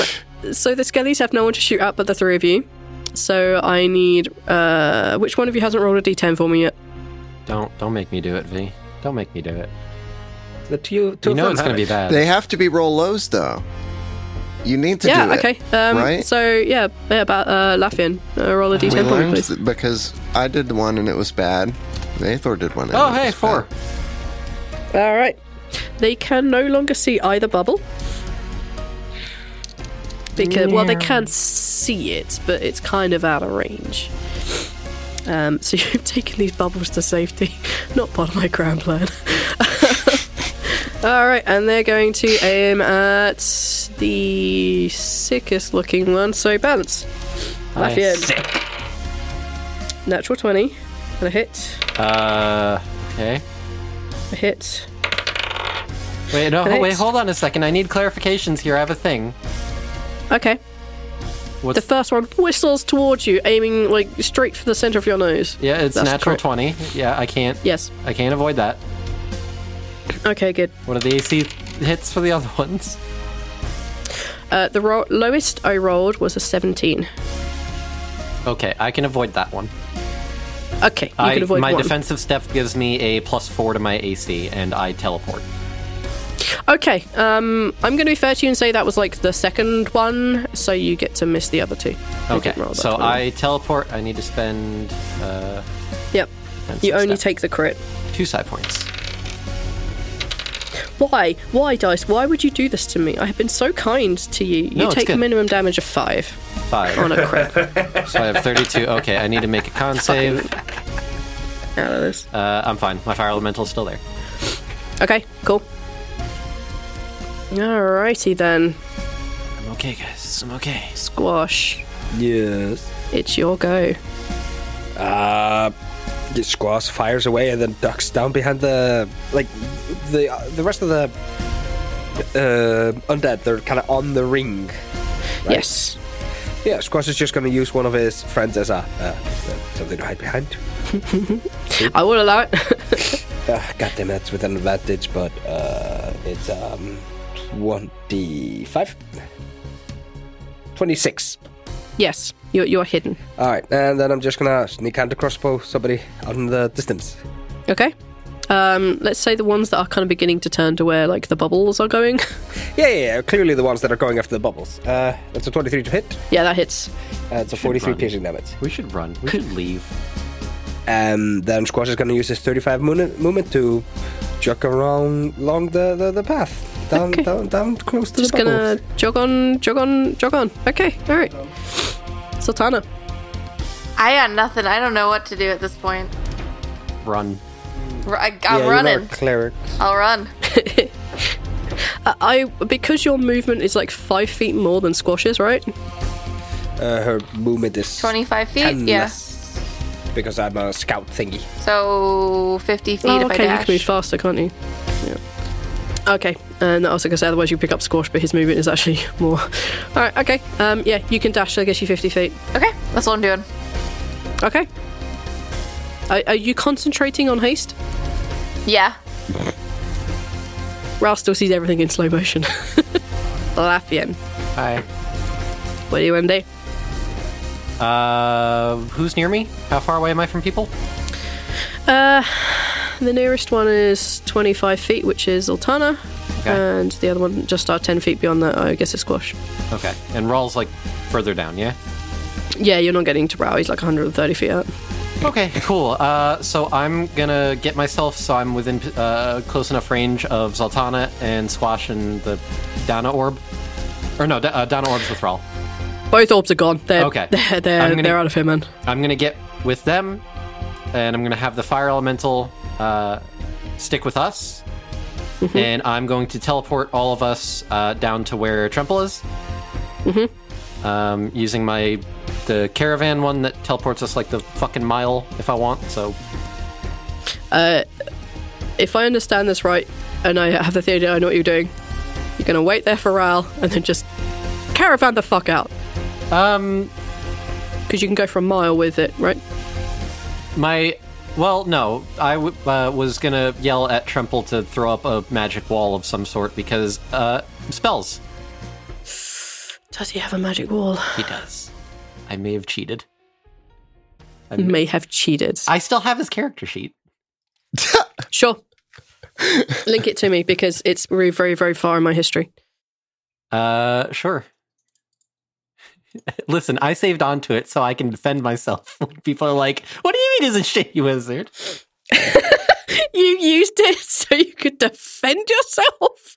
so the Skellies have no one to shoot at but the three of you. So I need. Uh, which one of you hasn't rolled a d10 for me yet? Don't don't make me do it, V. Don't make me do it. The two, two You of know them it's gonna have be it. bad. They have to be roll lows, though. You need to yeah, do it. okay. Um, right? So, yeah, yeah about uh, Laffian. Uh, roll a We d10 for me, learned please. th- because I did one and it was bad. Athor did one. And Oh, it hey, was four. bad. All right. They can no longer see either bubble. Because, well, they can see it, but it's kind of out of range. Um, so you've taken these bubbles to safety. Not part of my grand plan. All right, and they're going to aim at the sickest looking one. So balance. Nice. Lafayette. Natural 20. And a hit. Uh, okay. A hit. Wait, no, Right. wait, hold on a second. I need clarifications here. I have a thing. Okay. What's The first one whistles towards you, aiming like straight for the center of your nose. Yeah, it's That's natural correct. 20. Yeah, I can't Yes. I can't avoid that. Okay, good. What are the AC hits for the other ones? Uh, the ro- lowest I rolled was a 17. Okay, I can avoid that one. Okay, you I, can avoid my one. defensive step gives me a plus four to my AC, and I teleport. Okay, um, I'm going to be fair to you and say that was like the second one, so you get to miss the other two. You Okay, didn't roll that so 21. I teleport. I need to spend uh, Yep. defensive You only step. take the crit. two side points. Why? Why, Dice? Why would you do this to me? I have been so kind to you. You No, it's take good. minimum damage of five Five. on a crit so I have 32. Okay, I need to make a con save. out of this. Uh, I'm fine. My fire elemental's still there. Okay, cool. Alrighty then, I'm okay, guys. I'm okay. Squash. Yes. It's your go. Uh, yeah, Squash fires away and then ducks down behind the like the the rest of the uh, undead. They're kind of on the ring. Yes. Yeah, Squash is just going to use one of his friends as a uh, uh, something to hide behind. I will allow it. Uh, God damn, that's with an advantage, but uh, it's um, 25? 26. yes, you're, you're hidden. All right, and then I'm just gonna sneak hand a crossbow somebody out in the distance. Okay. Um, let's say the ones that are kind of beginning to turn to where like the bubbles are going. Yeah, yeah, yeah, clearly the ones that are going after the bubbles. Uh, that's a 23 to hit. yeah, that hits. Uh, it's a 43 run. piercing damage. We should run. We should leave. Um, then Squash is gonna use his 35 movement, movement to jog around along the, the, the path down Okay. down down close to Just the bubbles. gonna jog on, jog on, jog on. Okay, all right. Sultana. I got nothing. I don't know what to do at this point. Run. R- I, I'm yeah, you running. are cleric. I'll run. I because your movement is like five feet more than Squash's, right? Uh, her movement is 25 feet? 10 yeah. less because I'm a scout thingy. So 50 feet Oh, if I okay, you dash. can move faster, can't you? Yeah. Okay, uh, and I was gonna say otherwise you pick up Squash, but his movement is actually more. All right, okay. Um, yeah, you can dash. I guess you fifty feet. okay, that's what I'm doing. Okay. Are, are you concentrating on haste? Yeah. Ralph still sees everything in slow motion. Laffian, Hi. what do you want to do? Uh, who's near me? How far away am I from people? Uh, the nearest one is 25 feet, which is Ultana. Okay. And the other one just are 10 feet beyond that. I guess it's Squash. Okay. And Rawl's like further down, Uh. yeah? Yeah, you're not getting to Rao. He's like 130 feet up. Okay, cool. Uh, so I'm gonna get myself so I'm within uh, close enough range of Zoltana and Squash and the Dana Orb. Or no, D- uh, Dana Orb's with Rawl. Both orbs are gone. They're, Okay. They're, they're, I'm gonna- they're out of here, man. I'm gonna get with them, and I'm gonna have the fire elemental uh, stick with us, and I'm going to teleport all of us uh, down to where Tremple is, um, using my the caravan one that teleports us like the fucking mile if I want. So If I understand this right, and I have the theory, I know what you're doing. You're going to wait there for Rao and then just caravan the fuck out. um, Because you can go for a mile with it, right? my well, no, I w- uh, was gonna yell at Tremple to throw up a magic wall of some sort because uh, spells. Does he have a magic wall? He does. I may have cheated. May have cheated. I still have his character sheet. Sure. Link it to me because it's very, very, very far in my history. Uh, sure. Listen, I saved onto it so I can defend myself. when People are like, "What do you mean, isn't shit, you wizard?" You used it so you could defend yourself.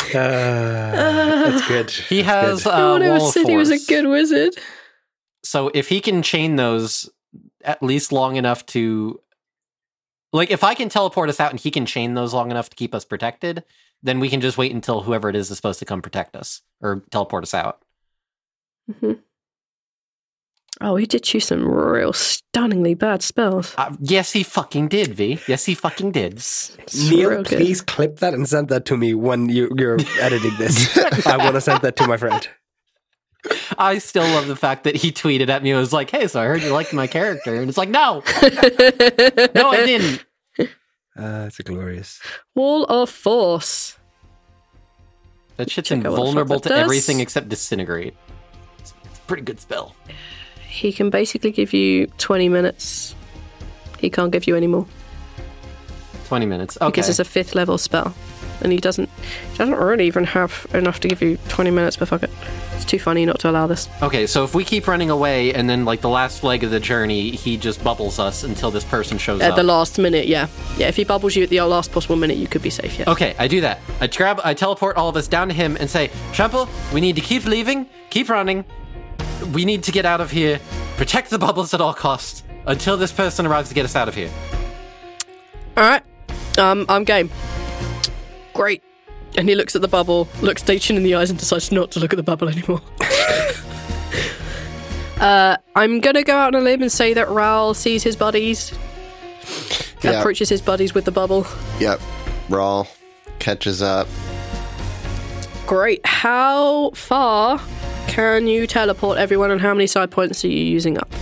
Uh, that's good. He has uh, no one ever wall of said he was a force. good wizard. So if he can chain those at least long enough to, like, if I can teleport us out and he can chain those long enough to keep us protected, then we can just wait until whoever it is is supposed to come protect us or teleport us out. Oh, he did choose some real stunningly bad spells. Uh, yes, he fucking did, V. Yes, he fucking did. It's Neil, real good. please clip that and send that to me when you, you're editing this. I want to send that to my friend. I still love the fact that he tweeted at me and was like, "Hey, so I heard you liked my character," and it's like, "No, no, I didn't." Uh, it's a glorious. Wall of force. That shit's Check out what the fuck invulnerable that to does. everything except disintegrate. It's it's a pretty good spell. He can basically give you 20 minutes. He can't give you any more Twenty minutes. Okay. because it's a fifth level spell, and he doesn't he doesn't really even have enough to give you 20 minutes. But fuck it, it's too funny not to allow this. okay, so if we keep running away, and then like the last leg of the journey, he just bubbles us until this person shows At up. the last minute, yeah. Yeah, if he bubbles you at the last possible minute, you could be safe, yeah. okay, I do that. I grab, I teleport all of us down to him and say, "Trample, we need to keep leaving, keep running. We need to get out of here. Protect the bubbles at all costs until this person arrives to get us out of here." Alright. Um, I'm game. Great. And he looks at the bubble, looks Dachin in the eyes, and decides not to look at the bubble anymore. uh, I'm gonna go out on a limb and say that Raoul sees his buddies, Yeah. approaches his buddies with the bubble. Yep. Rawl catches up. Great. How far Can you teleport everyone, and how many side points are you using up?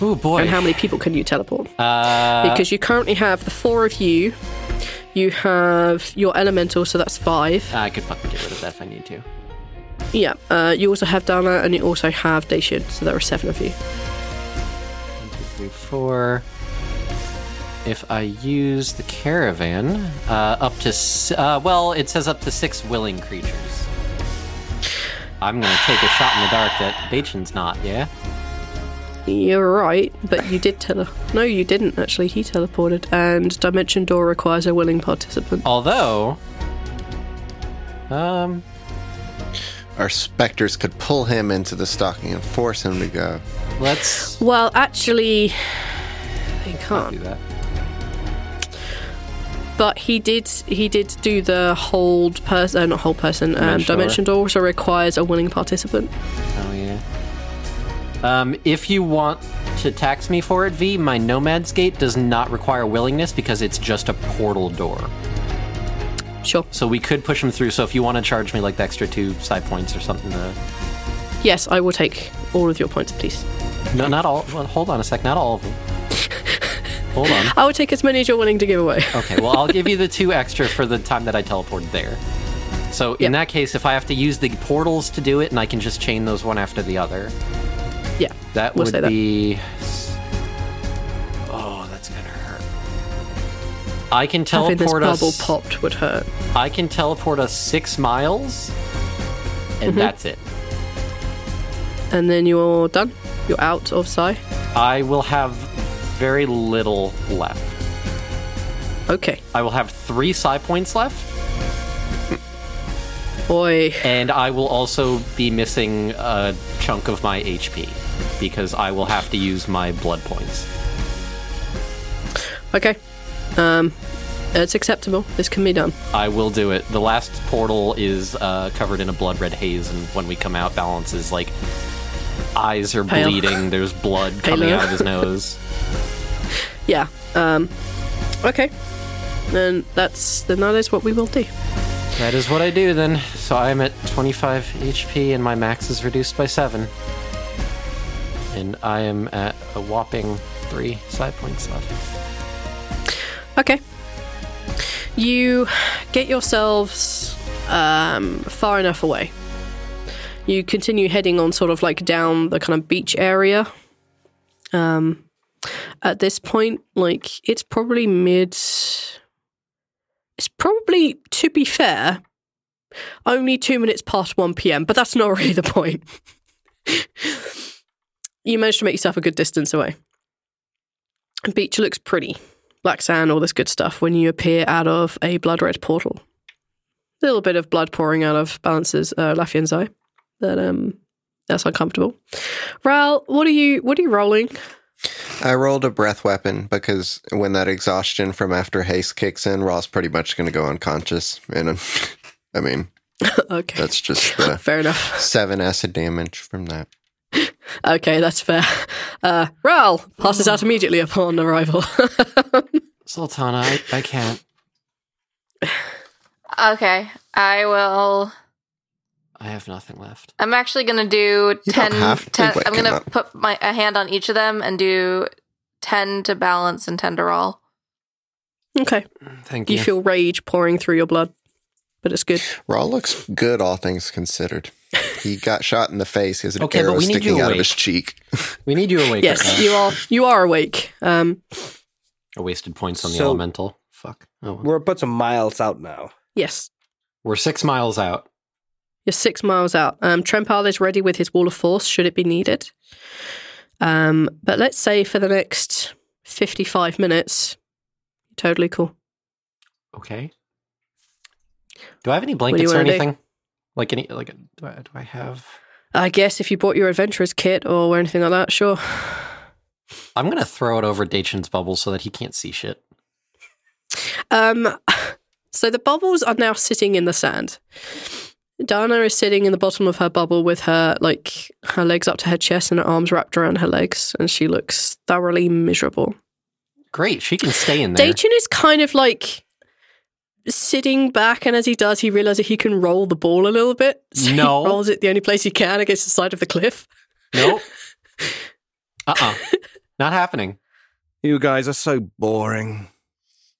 Oh boy. And how many people can you teleport? uh, because you currently have the four of you. You have your elemental, so that's five. I could fucking get rid of that if I need to. Yeah. Uh, you also have Dana, and you also have Dacian, so there are seven of you. One, two, three, four. If I use the caravan, uh, up to s- uh, well, it says up to six willing creatures. I'm gonna take a shot in the dark that Bachin's not. Yeah. You're right, but you did tele. No, you didn't actually. He teleported, and Dimension Door requires a willing participant. Although, um, Our specters could pull him into the stocking and force him to go. let's Well, actually, he do can't. that. But he did. He did do the hold person. Uh, not hold person. Um, Dimension Dimension Door also requires a willing participant. Oh yeah. Um, if you want to tax me for it, V, my Nomad's Gate does not require willingness because it's just a portal door. Sure. So we could push him through. So if you want to charge me like the extra two side points or something, to, Yes, I will take all of your points, please. no, not all. Well, hold on a sec. Not all of them. hold on. I will take as many as you're willing to give away. Okay. Well, I'll give you the two extra for the time that I teleported there. So Yep. in that case, if I have to use the portals to do it, and I can just chain those one after the other, yeah. that We'll say would that. be. Oh, that's gonna hurt. I can Having this teleport bubble us. popped would hurt. I can teleport us six miles, Mm-hmm. and that's it. And then you're done. You're out of Psy. I will have very little left. Okay. I will have three psi points left, Boy. and I will also be missing a chunk of my HP because I will have to use my blood points. Okay. Um, it's acceptable. This can be done. I will do it. The last portal is uh, covered in a blood red haze, and when we come out, balance is like eyes are Pale. bleeding. There's blood coming Pale. out of his nose. Yeah. Um, okay. Then that's then that is what we will do. That is what I do then. So I'm at 25 HP and my max is reduced by 7. And I am at a whopping 3 side points left. Okay. You get yourselves um, far enough away. You continue heading on, sort of like down the kind of beach area. Um, at this point, like it's probably mid. It's probably, to be fair, only two minutes past 1 p.m., but that's not really the point. you managed to make yourself a good distance away. Beach looks pretty black sand, all this good stuff, when you appear out of a blood red portal. Little bit of blood pouring out of Balance's uh, Laffian's eye. That um, that's uncomfortable. Ral, what are you? What are you rolling? I rolled a breath weapon because when that exhaustion from after haste kicks in, Raw's pretty much going to go unconscious. And um, I mean, okay, that's just the fair enough. seven acid damage from that. Okay, that's fair. Uh, Ral passes out immediately upon arrival. Sultana, I, I can't. Okay, I will. I have nothing left. I'm actually gonna do You don't ten. have to 10 wake I'm gonna him up. put my a hand on each of them and do ten to balance and ten to roll. okay, Thank you you. feel rage pouring through your blood, but it's good. Raw looks good, all things considered. He got shot in the face. He has an Okay, but arrow we need you sticking out of awake. his cheek. we need you awake. Yes, Sultana. you are. You are awake. Um, I wasted points on the So- elemental. Fuck. Oh, well. We're about some miles out now. yes, we're six miles out. You're six miles out. Um, Trempal is ready with his wall of force should it be needed. Um, but let's say for the next 55 minutes, totally cool. Okay. Do I have any do you blankets or wanna do? anything? Like any like do I, do I have I guess if you bought your adventurer's kit or anything like that, sure. I'm gonna throw it over Dachin's bubble so that he can't see shit. Um, so the bubbles are now sitting in the sand. Dana is sitting in the bottom of her bubble with her like her legs up to her chest and her arms wrapped around her legs, and she looks thoroughly miserable. Great, she can stay in there. Dachin is kind of like sitting back, and as he does, he realizes he can roll the ball a little bit. So No. he rolls it the only place he can against the side of the cliff. Nope. Uh uh Not happening. You guys are so boring.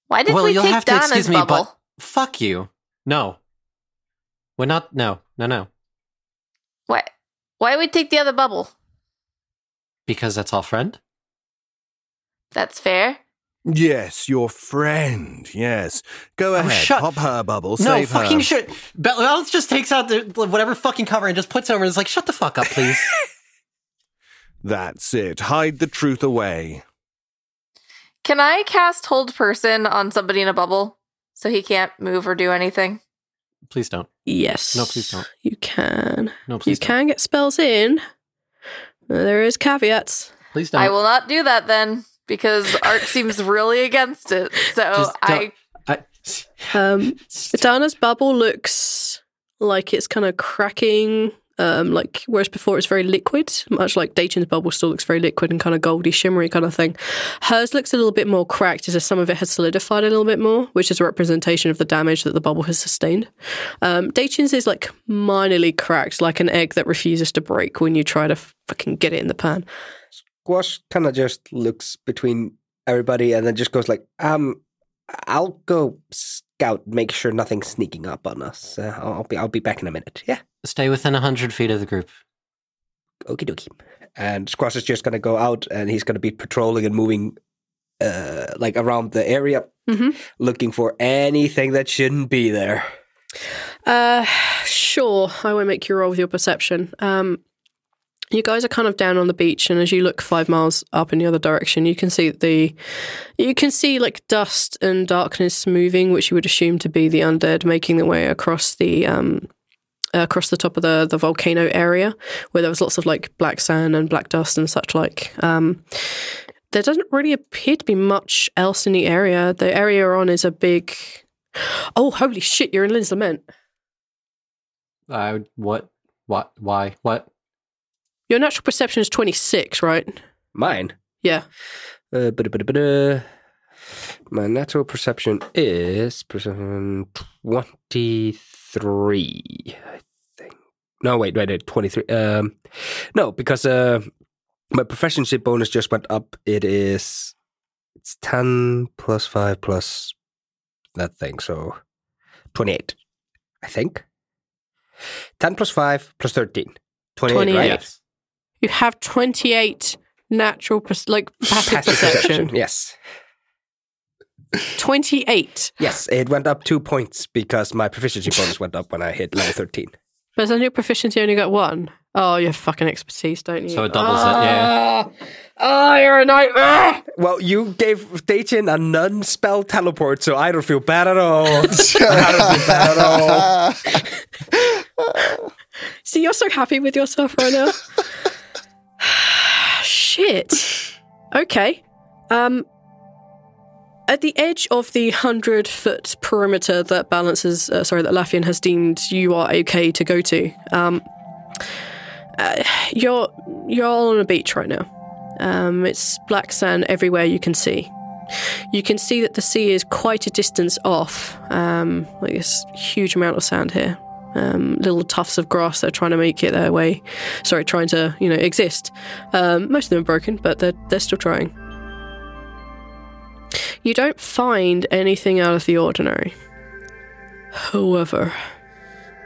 Why did well, we you'll take have to Donna's excuse me, bubble? but fuck you. No. We're not. No, no, no. Why? Why we take the other bubble? Because that's our friend. That's fair. Yes, your friend. Yes. Go ahead. Oh, shut- Pop her bubble. no save her. fucking shit. Bal- Balance just takes out the whatever fucking cover and just puts it over. and is like, shut the fuck up, please. That's it. Hide the truth away. Can I cast hold person on somebody in a bubble so he can't move or do anything? please don't. Yes. No, please don't. You can. No, You please. don't. can get spells in. There is caveats. Please don't. I will not do that then because Art seems really against it. So Just I don't- I- Um, Dana's bubble looks like it's kind of cracking. Um, like whereas before it's very liquid, much like Daton's bubble still looks very liquid and kind of goldy, shimmery kind of thing. Hers looks a little bit more cracked, as if some of it has solidified a little bit more, which is a representation of the damage that the bubble has sustained. Um, Daton's is like minorly cracked, like an egg that refuses to break when you try to fucking get it in the pan. Squash kind of just looks between everybody and then just goes like, um, I'll go scout, make sure nothing's sneaking up on us. Uh, I'll, I'll be, I'll be back in a minute. Yeah, Stay within hundred feet of the group. okie dokie. And Squash is just gonna go out and he's gonna be patrolling and moving, uh, like around the area, Mhm. looking for anything that shouldn't be there. Uh, sure. I won't make you roll with your perception. Um, you guys are kind of down on the beach, and as you look five miles up in the other direction, you can see the, you can see like dust and darkness moving, which you would assume to be the undead making their way across the um, across the top of the the volcano area, where there was lots of like black sand and black dust and such like. Um, there doesn't really appear to be much else in the area. The area you're on is a big. Oh, holy shit! You're in Lynn's Lament. I would- what what why what Your natural perception is 26, right? Mine. Yeah. Uh, ba-da, ba-da, ba-da. My natural perception is perception 23, I think. No, wait, wait, wait 23. Um, no, because uh, my proficiency bonus just went up. It is it's 10 plus 5 plus that thing, so 28, I think. 10 plus 5 plus 13. 28, 28. right? yes You have 28 natural, per- like passive Passive perception. Yes. 28. Yes, it went up two points because my proficiency bonus went up when I hit level 13. But then your proficiency only got one. Oh, you have fucking expertise, don't you? So it doubles it, Ah. Oh, you're a nightmare. Well, you gave Dachin a non spell teleport, so I don't feel bad at all. I don't feel bad at all. See, you're so happy with yourself right now. Shit. Okay. Um, at the edge of the hundred foot perimeter that balances, uh, sorry, that Laffian has deemed you are okay to go to. Um, uh, you're you're all on a beach right now. Um, it's black sand everywhere you can see. You can see that the sea is quite a distance off. Um, like this huge amount of sand here. Um, little tufts of grass that are trying to make it their way. Sorry, trying to you know exist. Um, most of them are broken, but they're they're still trying. You don't find anything out of the ordinary. However,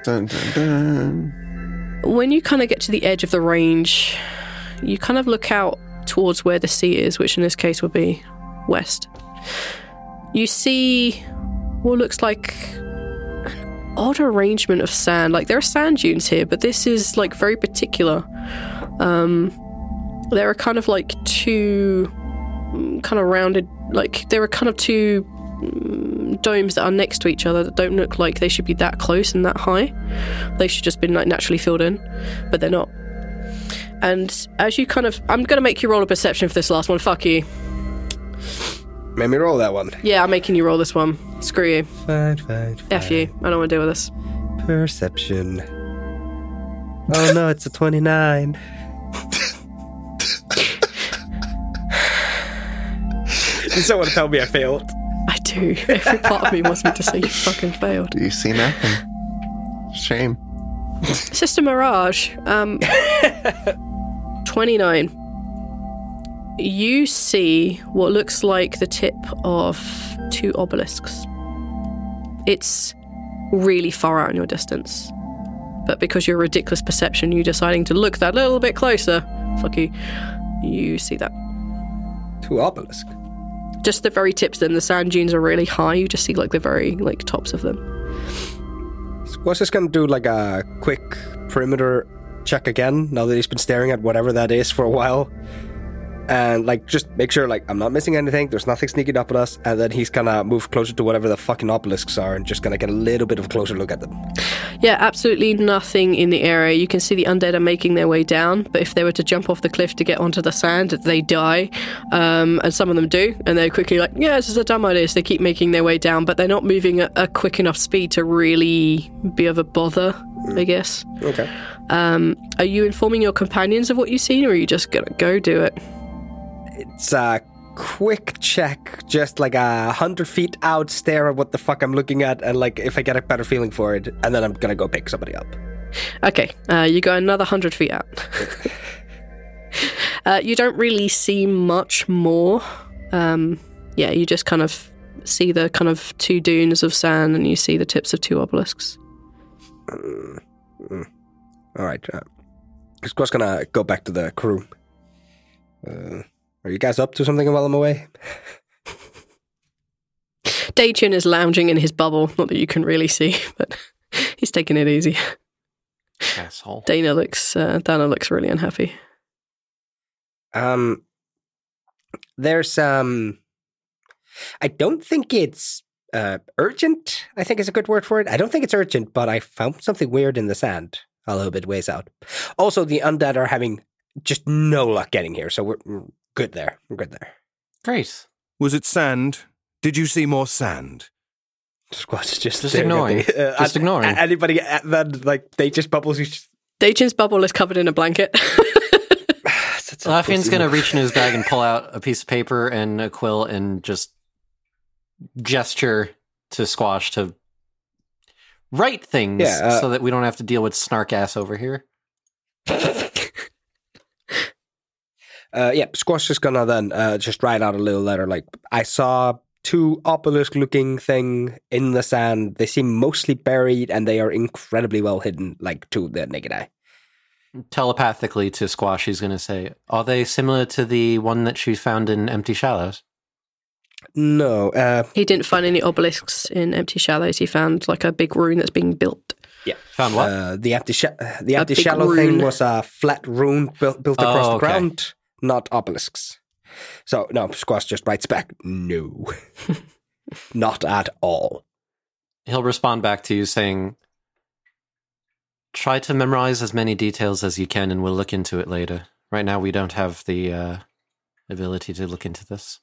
Dun, dun, dun. when you kind of get to the edge of the range, you kind of look out towards where the sea is, which in this case would be west. You see what looks like an odd arrangement of sand. Like there are sand dunes here, but this is like very particular. Um, there are kind of like two mm, kind of rounded, like there are kind of two mm, domes that are next to each other that don't look like they should be that close and that high they should just been like naturally filled in, but they're not. And as you kind of, I'm gonna make you roll a perception for this last one. Fuck you. Made me roll that one. Yeah, I'm making you roll this one. Screw you. Fine, fine, fine. F you. I don't want to deal with this. Perception. Oh no, it's a 29. Did someone tell me I failed? I do. Every part of me wants me to say you fucking failed. Do you see nothing? Shame. It's just a mirage. Um, 29. You see what looks like the tip of two obelisks. It's really far out in your distance. But because your ridiculous perception, you deciding to look that little bit closer. Fuck you. You see that. Two obelisk. Just the very tips of them. The sand dunes are really high. You just see like the very like tops of them. Squash is going to do like a quick perimeter check again now that he's been staring at whatever that is for a while. And like just make sure like I'm not missing anything, there's nothing sneaking up at us, and then he's gonna move closer to whatever the fucking obelisks are and just gonna get a little bit of a closer look at them. Yeah, absolutely nothing in the area. You can see the undead are making their way down, but if they were to jump off the cliff to get onto the sand, they die. Um, and some of them do, and they're quickly like, yeah, this is a dumb idea. So they keep making their way down, but they're not moving at a quick enough speed to really be of a bother, I guess. Okay. Um, are you informing your companions of what you've seen, or are you just gonna go do it? It's a quick check, just like a hundred feet out, stare at what the fuck I'm looking at, and like if I get a better feeling for it, and then I'm gonna go pick somebody up. Okay, uh, you go another 100 feet out. uh, you don't really see much more. Um, yeah, you just kind of see the kind of two dunes of sand and you see the tips of two obelisks. All right. Uh, Squash gonna go back to the crew. Uh, are you guys up to something while I'm away? Daychin is lounging in his bubble. Not that you can really see, but he's taking it easy. Asshole. Dana looks, uh, Dana looks really unhappy. Um, there's um, I don't think it's uh urgent. I think is a good word for it. I don't think it's urgent, but I found something weird in the sand a little bit ways out. Also, the undead are having just no luck getting here, so we're, we're good there. We're good there. Great. Was it sand? Did you see more sand? Squad is just Just staring at ignoring. the- at- Just ignoring. at anybody at that like they just bubbles. You just, Daychin's bubble is covered in a blanket. Laffian's gonna reach in his bag and pull out a piece of paper and a quill and just gesture to Squash to write things Yeah, uh, so that we don't have to deal with snark ass over here. Uh, yeah, Squash is gonna then uh, just write out a little letter. Like I saw two obelisk-looking thing in the sand. They seem mostly buried, and they are incredibly well hidden, like to the naked eye. Telepathically to Squash, he's gonna say, "Are they similar to the one that she found in Empty Shallows?" No, uh, he didn't find any obelisks in empty shallows. He found like a big rune that's being built. Found what? Uh, the empty, sha- uh, the A empty big shallow rune. thing was a flat rune built, built across Oh, the okay. ground, not obelisks. So no, Squash just writes back, no, not at all. he'll respond back to you saying, "Try to memorize as many details as you can, and we'll look into it later. Right now, we don't have the uh, ability to look into this."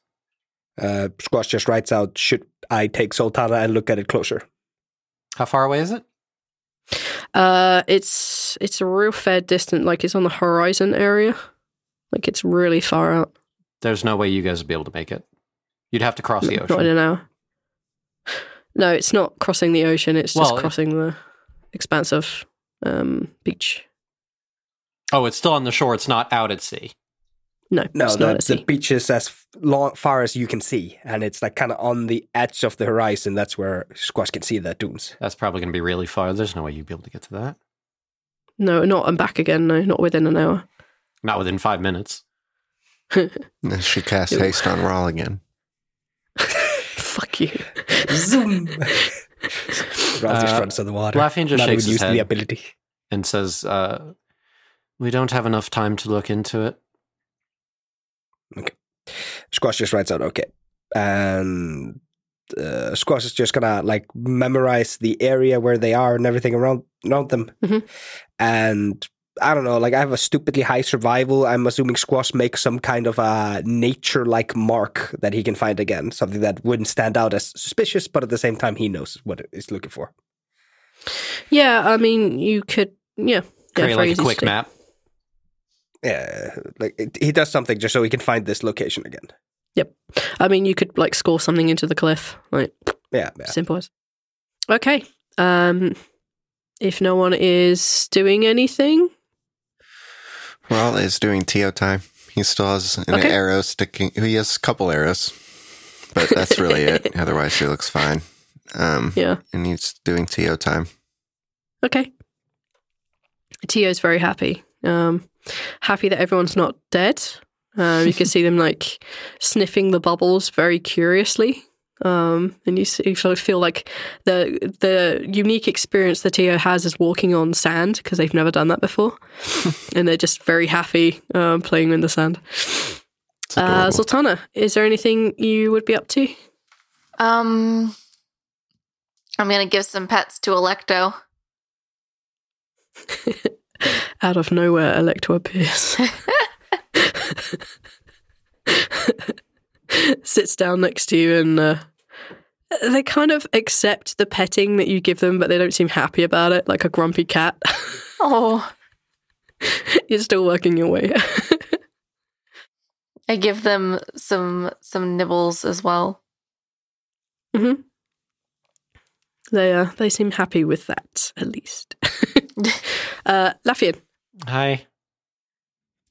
Uh, Squash just writes out, should I take Sultana and look at it closer? How far away is it? Uh, it's it's a real fair distance. Like it's on the horizon area. Like it's really far out. There's no way you guys would be able to make it. You'd have to cross the N- Not in an ocean. hour. No, it's not crossing the ocean. It's just Well, it- crossing the expanse of um, beach. Oh, it's still on the shore. It's not out at sea. No, No, it's the, not at the sea. beach is as f- long, far as you can see, and it's like kind of on the edge of the horizon. That's where Squash can see the dunes. That's probably going to be really far. There's no way you'd be able to get to that. no, not and back again. No, not within an hour. Not within five minutes. Uh, She cast Ew. haste on Rawl again. Fuck you. Zoom. Rouse just Uh, runs to the water. Laffian just Not even shakes his used to the head ability. and says, uh, "We don't have enough time to look into it." Squash just writes out okay, and uh, Squash is just gonna like memorize the area where they are and everything around around them, Mhm. and I don't know. Like I have a stupidly high survival. I'm assuming Squash makes some kind of a nature like mark that he can find again, something that wouldn't stand out as suspicious, but at the same time he knows what it's looking for. Yeah, I mean, you could. Yeah, yeah, Create very like a easy quick to do. map. Yeah, like it, he does something just so he can find this location again. Yep. I mean, you could like score something into the cliff. Like, Yeah, yeah. simple as. Okay. Um, if no one is doing anything, Rawl is doing TO time. He still has an Okay. arrow sticking. He has a couple arrows, but that's really it. Otherwise, he looks fine. Um, yeah. And he's doing TO time. Okay. Tio's very happy. Um, happy that everyone's not dead. Um, you can see them like sniffing the bubbles very curiously. Um, and you, see, you sort of feel like the the unique experience that Tio has is walking on sand because they've never done that before, and they're just very happy um, playing in the sand. Uh, Zoltana, is there anything you would be up to? Um, I'm gonna give some pets to Electo. Out of nowhere, Electo appears. Sits down next to you and uh, they kind of accept the petting that you give them, but they don't seem happy about it, like a grumpy cat. Oh, You're still working your way. I give them some some nibbles as well. hmm They uh, they seem happy with that, at least. uh, Lafayette, Hi.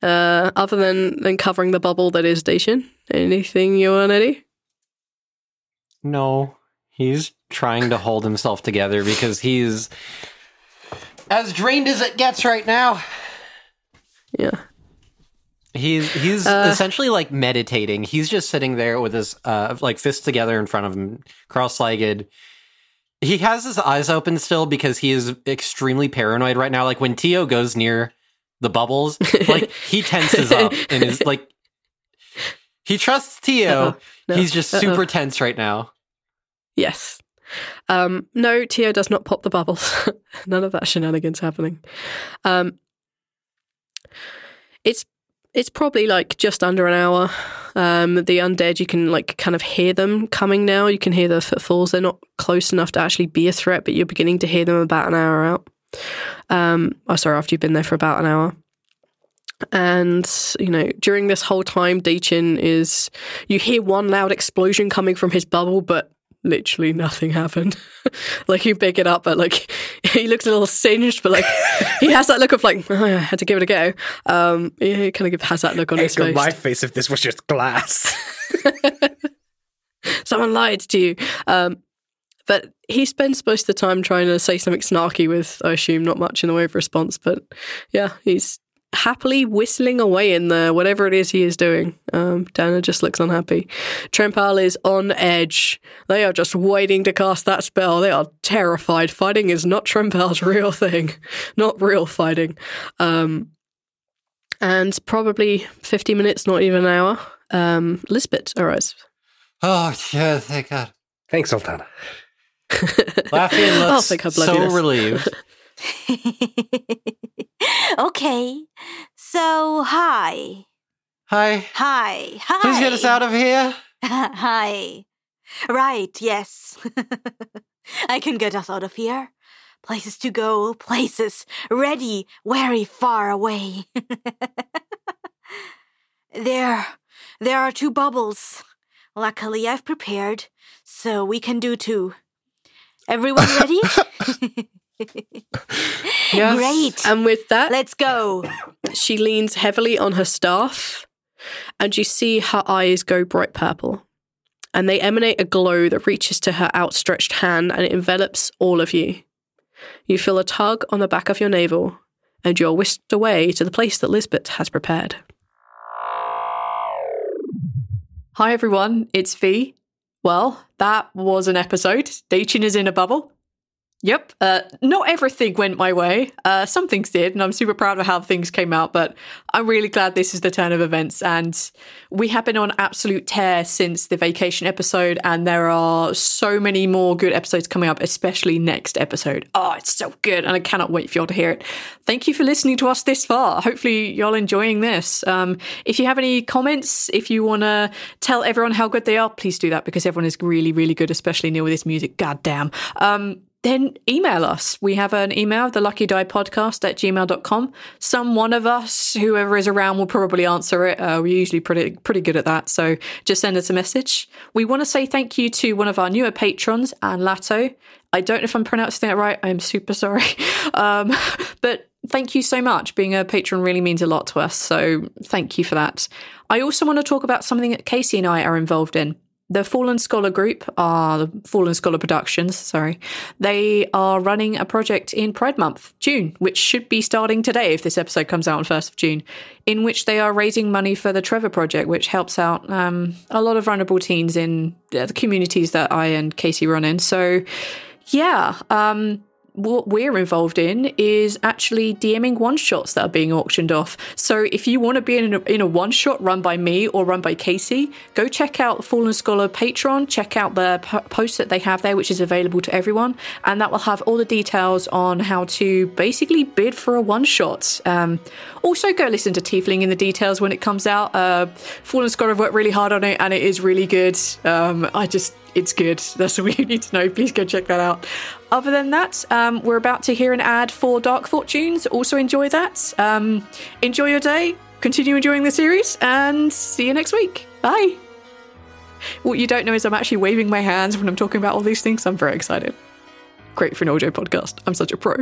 uh, other than, than covering the bubble that is Dacian, anything you want to do? No, he's trying to hold himself together because he's as drained as it gets right now. Yeah. He's he's Uh. essentially like meditating. He's just sitting there with his uh like fists together in front of him, cross-legged. He has his eyes open still because he is extremely paranoid right now. Like when Tio goes near the bubbles, like he tenses up and is like he trusts Tio. Uh-oh. No. He's just Uh-oh. super tense right now. Yes. Um, no, Tio does not pop the bubbles. None of that shenanigans happening. Um, it's it's probably like just under an hour. Um, the undead, you can like kind of hear them coming now. You can hear their footfalls. They're not close enough to actually be a threat, but you're beginning to hear them about an hour out. Um, oh, sorry, after you've been there for about an hour. And you know, during this whole time, Deachin is you hear one loud explosion coming from his bubble, but literally nothing happened. like you pick it up, but like he looks a little singed, but like he has that look of like "Oh, I had to give it a go. Um, yeah, he kind of give- has that look on his Look at face. my face if this was just glass. Someone lied to you. Um, but he spends most of the time trying to say something snarky with, I assume, not much in the way of response. But yeah, he's happily whistling away in there, whatever it is he is doing. Um, Dana just looks unhappy. Trempal is on edge. They are just waiting to cast that spell. They are terrified. Fighting is not Trempal's real thing, not real fighting. Um, and probably 50 minutes, not even an hour. Um, Lisbeth arrives. Oh, yeah, thank God. Thanks, Sultana. Lafayette I'll looks think I've loved so this. relieved. okay. So, hi. Hi. Hi. Hi. Please get us out of here. hi. Right, yes. I can get us out of here. Places to go, places ready, very far away. there, there are two bubbles. Luckily, I've prepared, so we can do two. Everyone ready? Yes. Great. And with that, Let's go. she leans heavily on her staff, and you see her eyes go bright purple. And they emanate a glow that reaches to her outstretched hand and it envelops all of you. You feel a tug on the back of your navel, and you're whisked away to the place that Lisbeth has prepared. Hi everyone, it's V. Well, that was an episode. Dating is in a bubble. Yep, uh, not everything went my way. Uh, some things did, and I'm super proud of how things came out, but I'm really glad this is the turn of events. And we have been on absolute tear since the vacation episode, and there are so many more good episodes coming up, especially next episode. Oh, it's so good, and I cannot wait for y'all to hear it. Thank you for listening to us this far. Hopefully, y'all enjoying this. Um, if you have any comments, if you want to tell everyone how good they are, please do that because everyone is really, really good, especially Neil with his music. God damn. Um, then email us. We have an email, the lucky die podcast at gmail.com. Some one of us, whoever is around, will probably answer it. Uh, we're usually pretty pretty good at that. So just send us a message. We want to say thank you to one of our newer patrons, Anne Lato. I don't know if I'm pronouncing that right. I'm super sorry. Um, but thank you so much. Being a patron really means a lot to us. So thank you for that. I also want to talk about something that Casey and I are involved in. The Fallen Scholar Group are the Fallen Scholar Productions, sorry. They are running a project in Pride Month, June, which should be starting today if this episode comes out on 1st of June, in which they are raising money for the Trevor Project, which helps out um, a lot of vulnerable teens in uh, the communities that I and Casey run in. So, yeah, um, what we're involved in is actually DMing one shots that are being auctioned off. So if you want to be in a, in a one shot run by me or run by Casey, go check out Fallen Scholar Patreon. Check out the p- post that they have there, which is available to everyone, and that will have all the details on how to basically bid for a one shot. Um, also, go listen to Tiefling in the details when it comes out. Uh, Fallen Scholar have worked really hard on it, and it is really good. Um, I just it's good. That's all you need to know. Please go check that out. Other than that, um, we're about to hear an ad for Dark Fortunes. Also, enjoy that. Um, enjoy your day. Continue enjoying the series, and see you next week. Bye. What you don't know is I'm actually waving my hands when I'm talking about all these things. I'm very excited. Great for an audio podcast. I'm such a pro.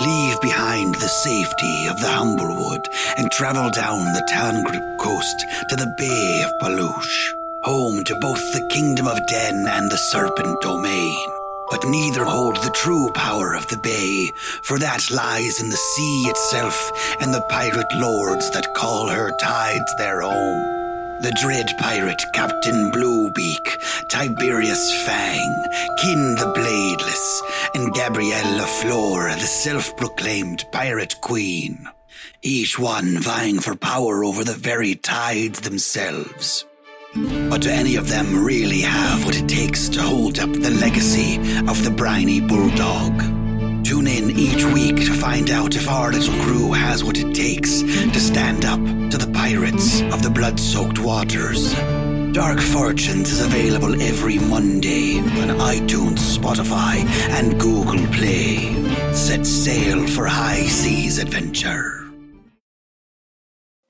Leave behind the safety of the Humblewood and travel down the Talangrip coast to the Bay of Baluch, home to both the Kingdom of Den and the Serpent Domain. But neither hold the true power of the bay, for that lies in the sea itself and the pirate lords that call her tides their own. The dread pirate Captain Bluebeak, Tiberius Fang, Kin the Bladeless, and Gabrielle LaFleur, the self proclaimed pirate queen. Each one vying for power over the very tides themselves. But do any of them really have what it takes to hold up the legacy of the briny bulldog? Tune in each week to find out if our little crew has what it takes to stand up to the pirates of the blood soaked waters. Dark Fortunes is available every Monday on iTunes, Spotify, and Google Play. Set sail for high seas adventure.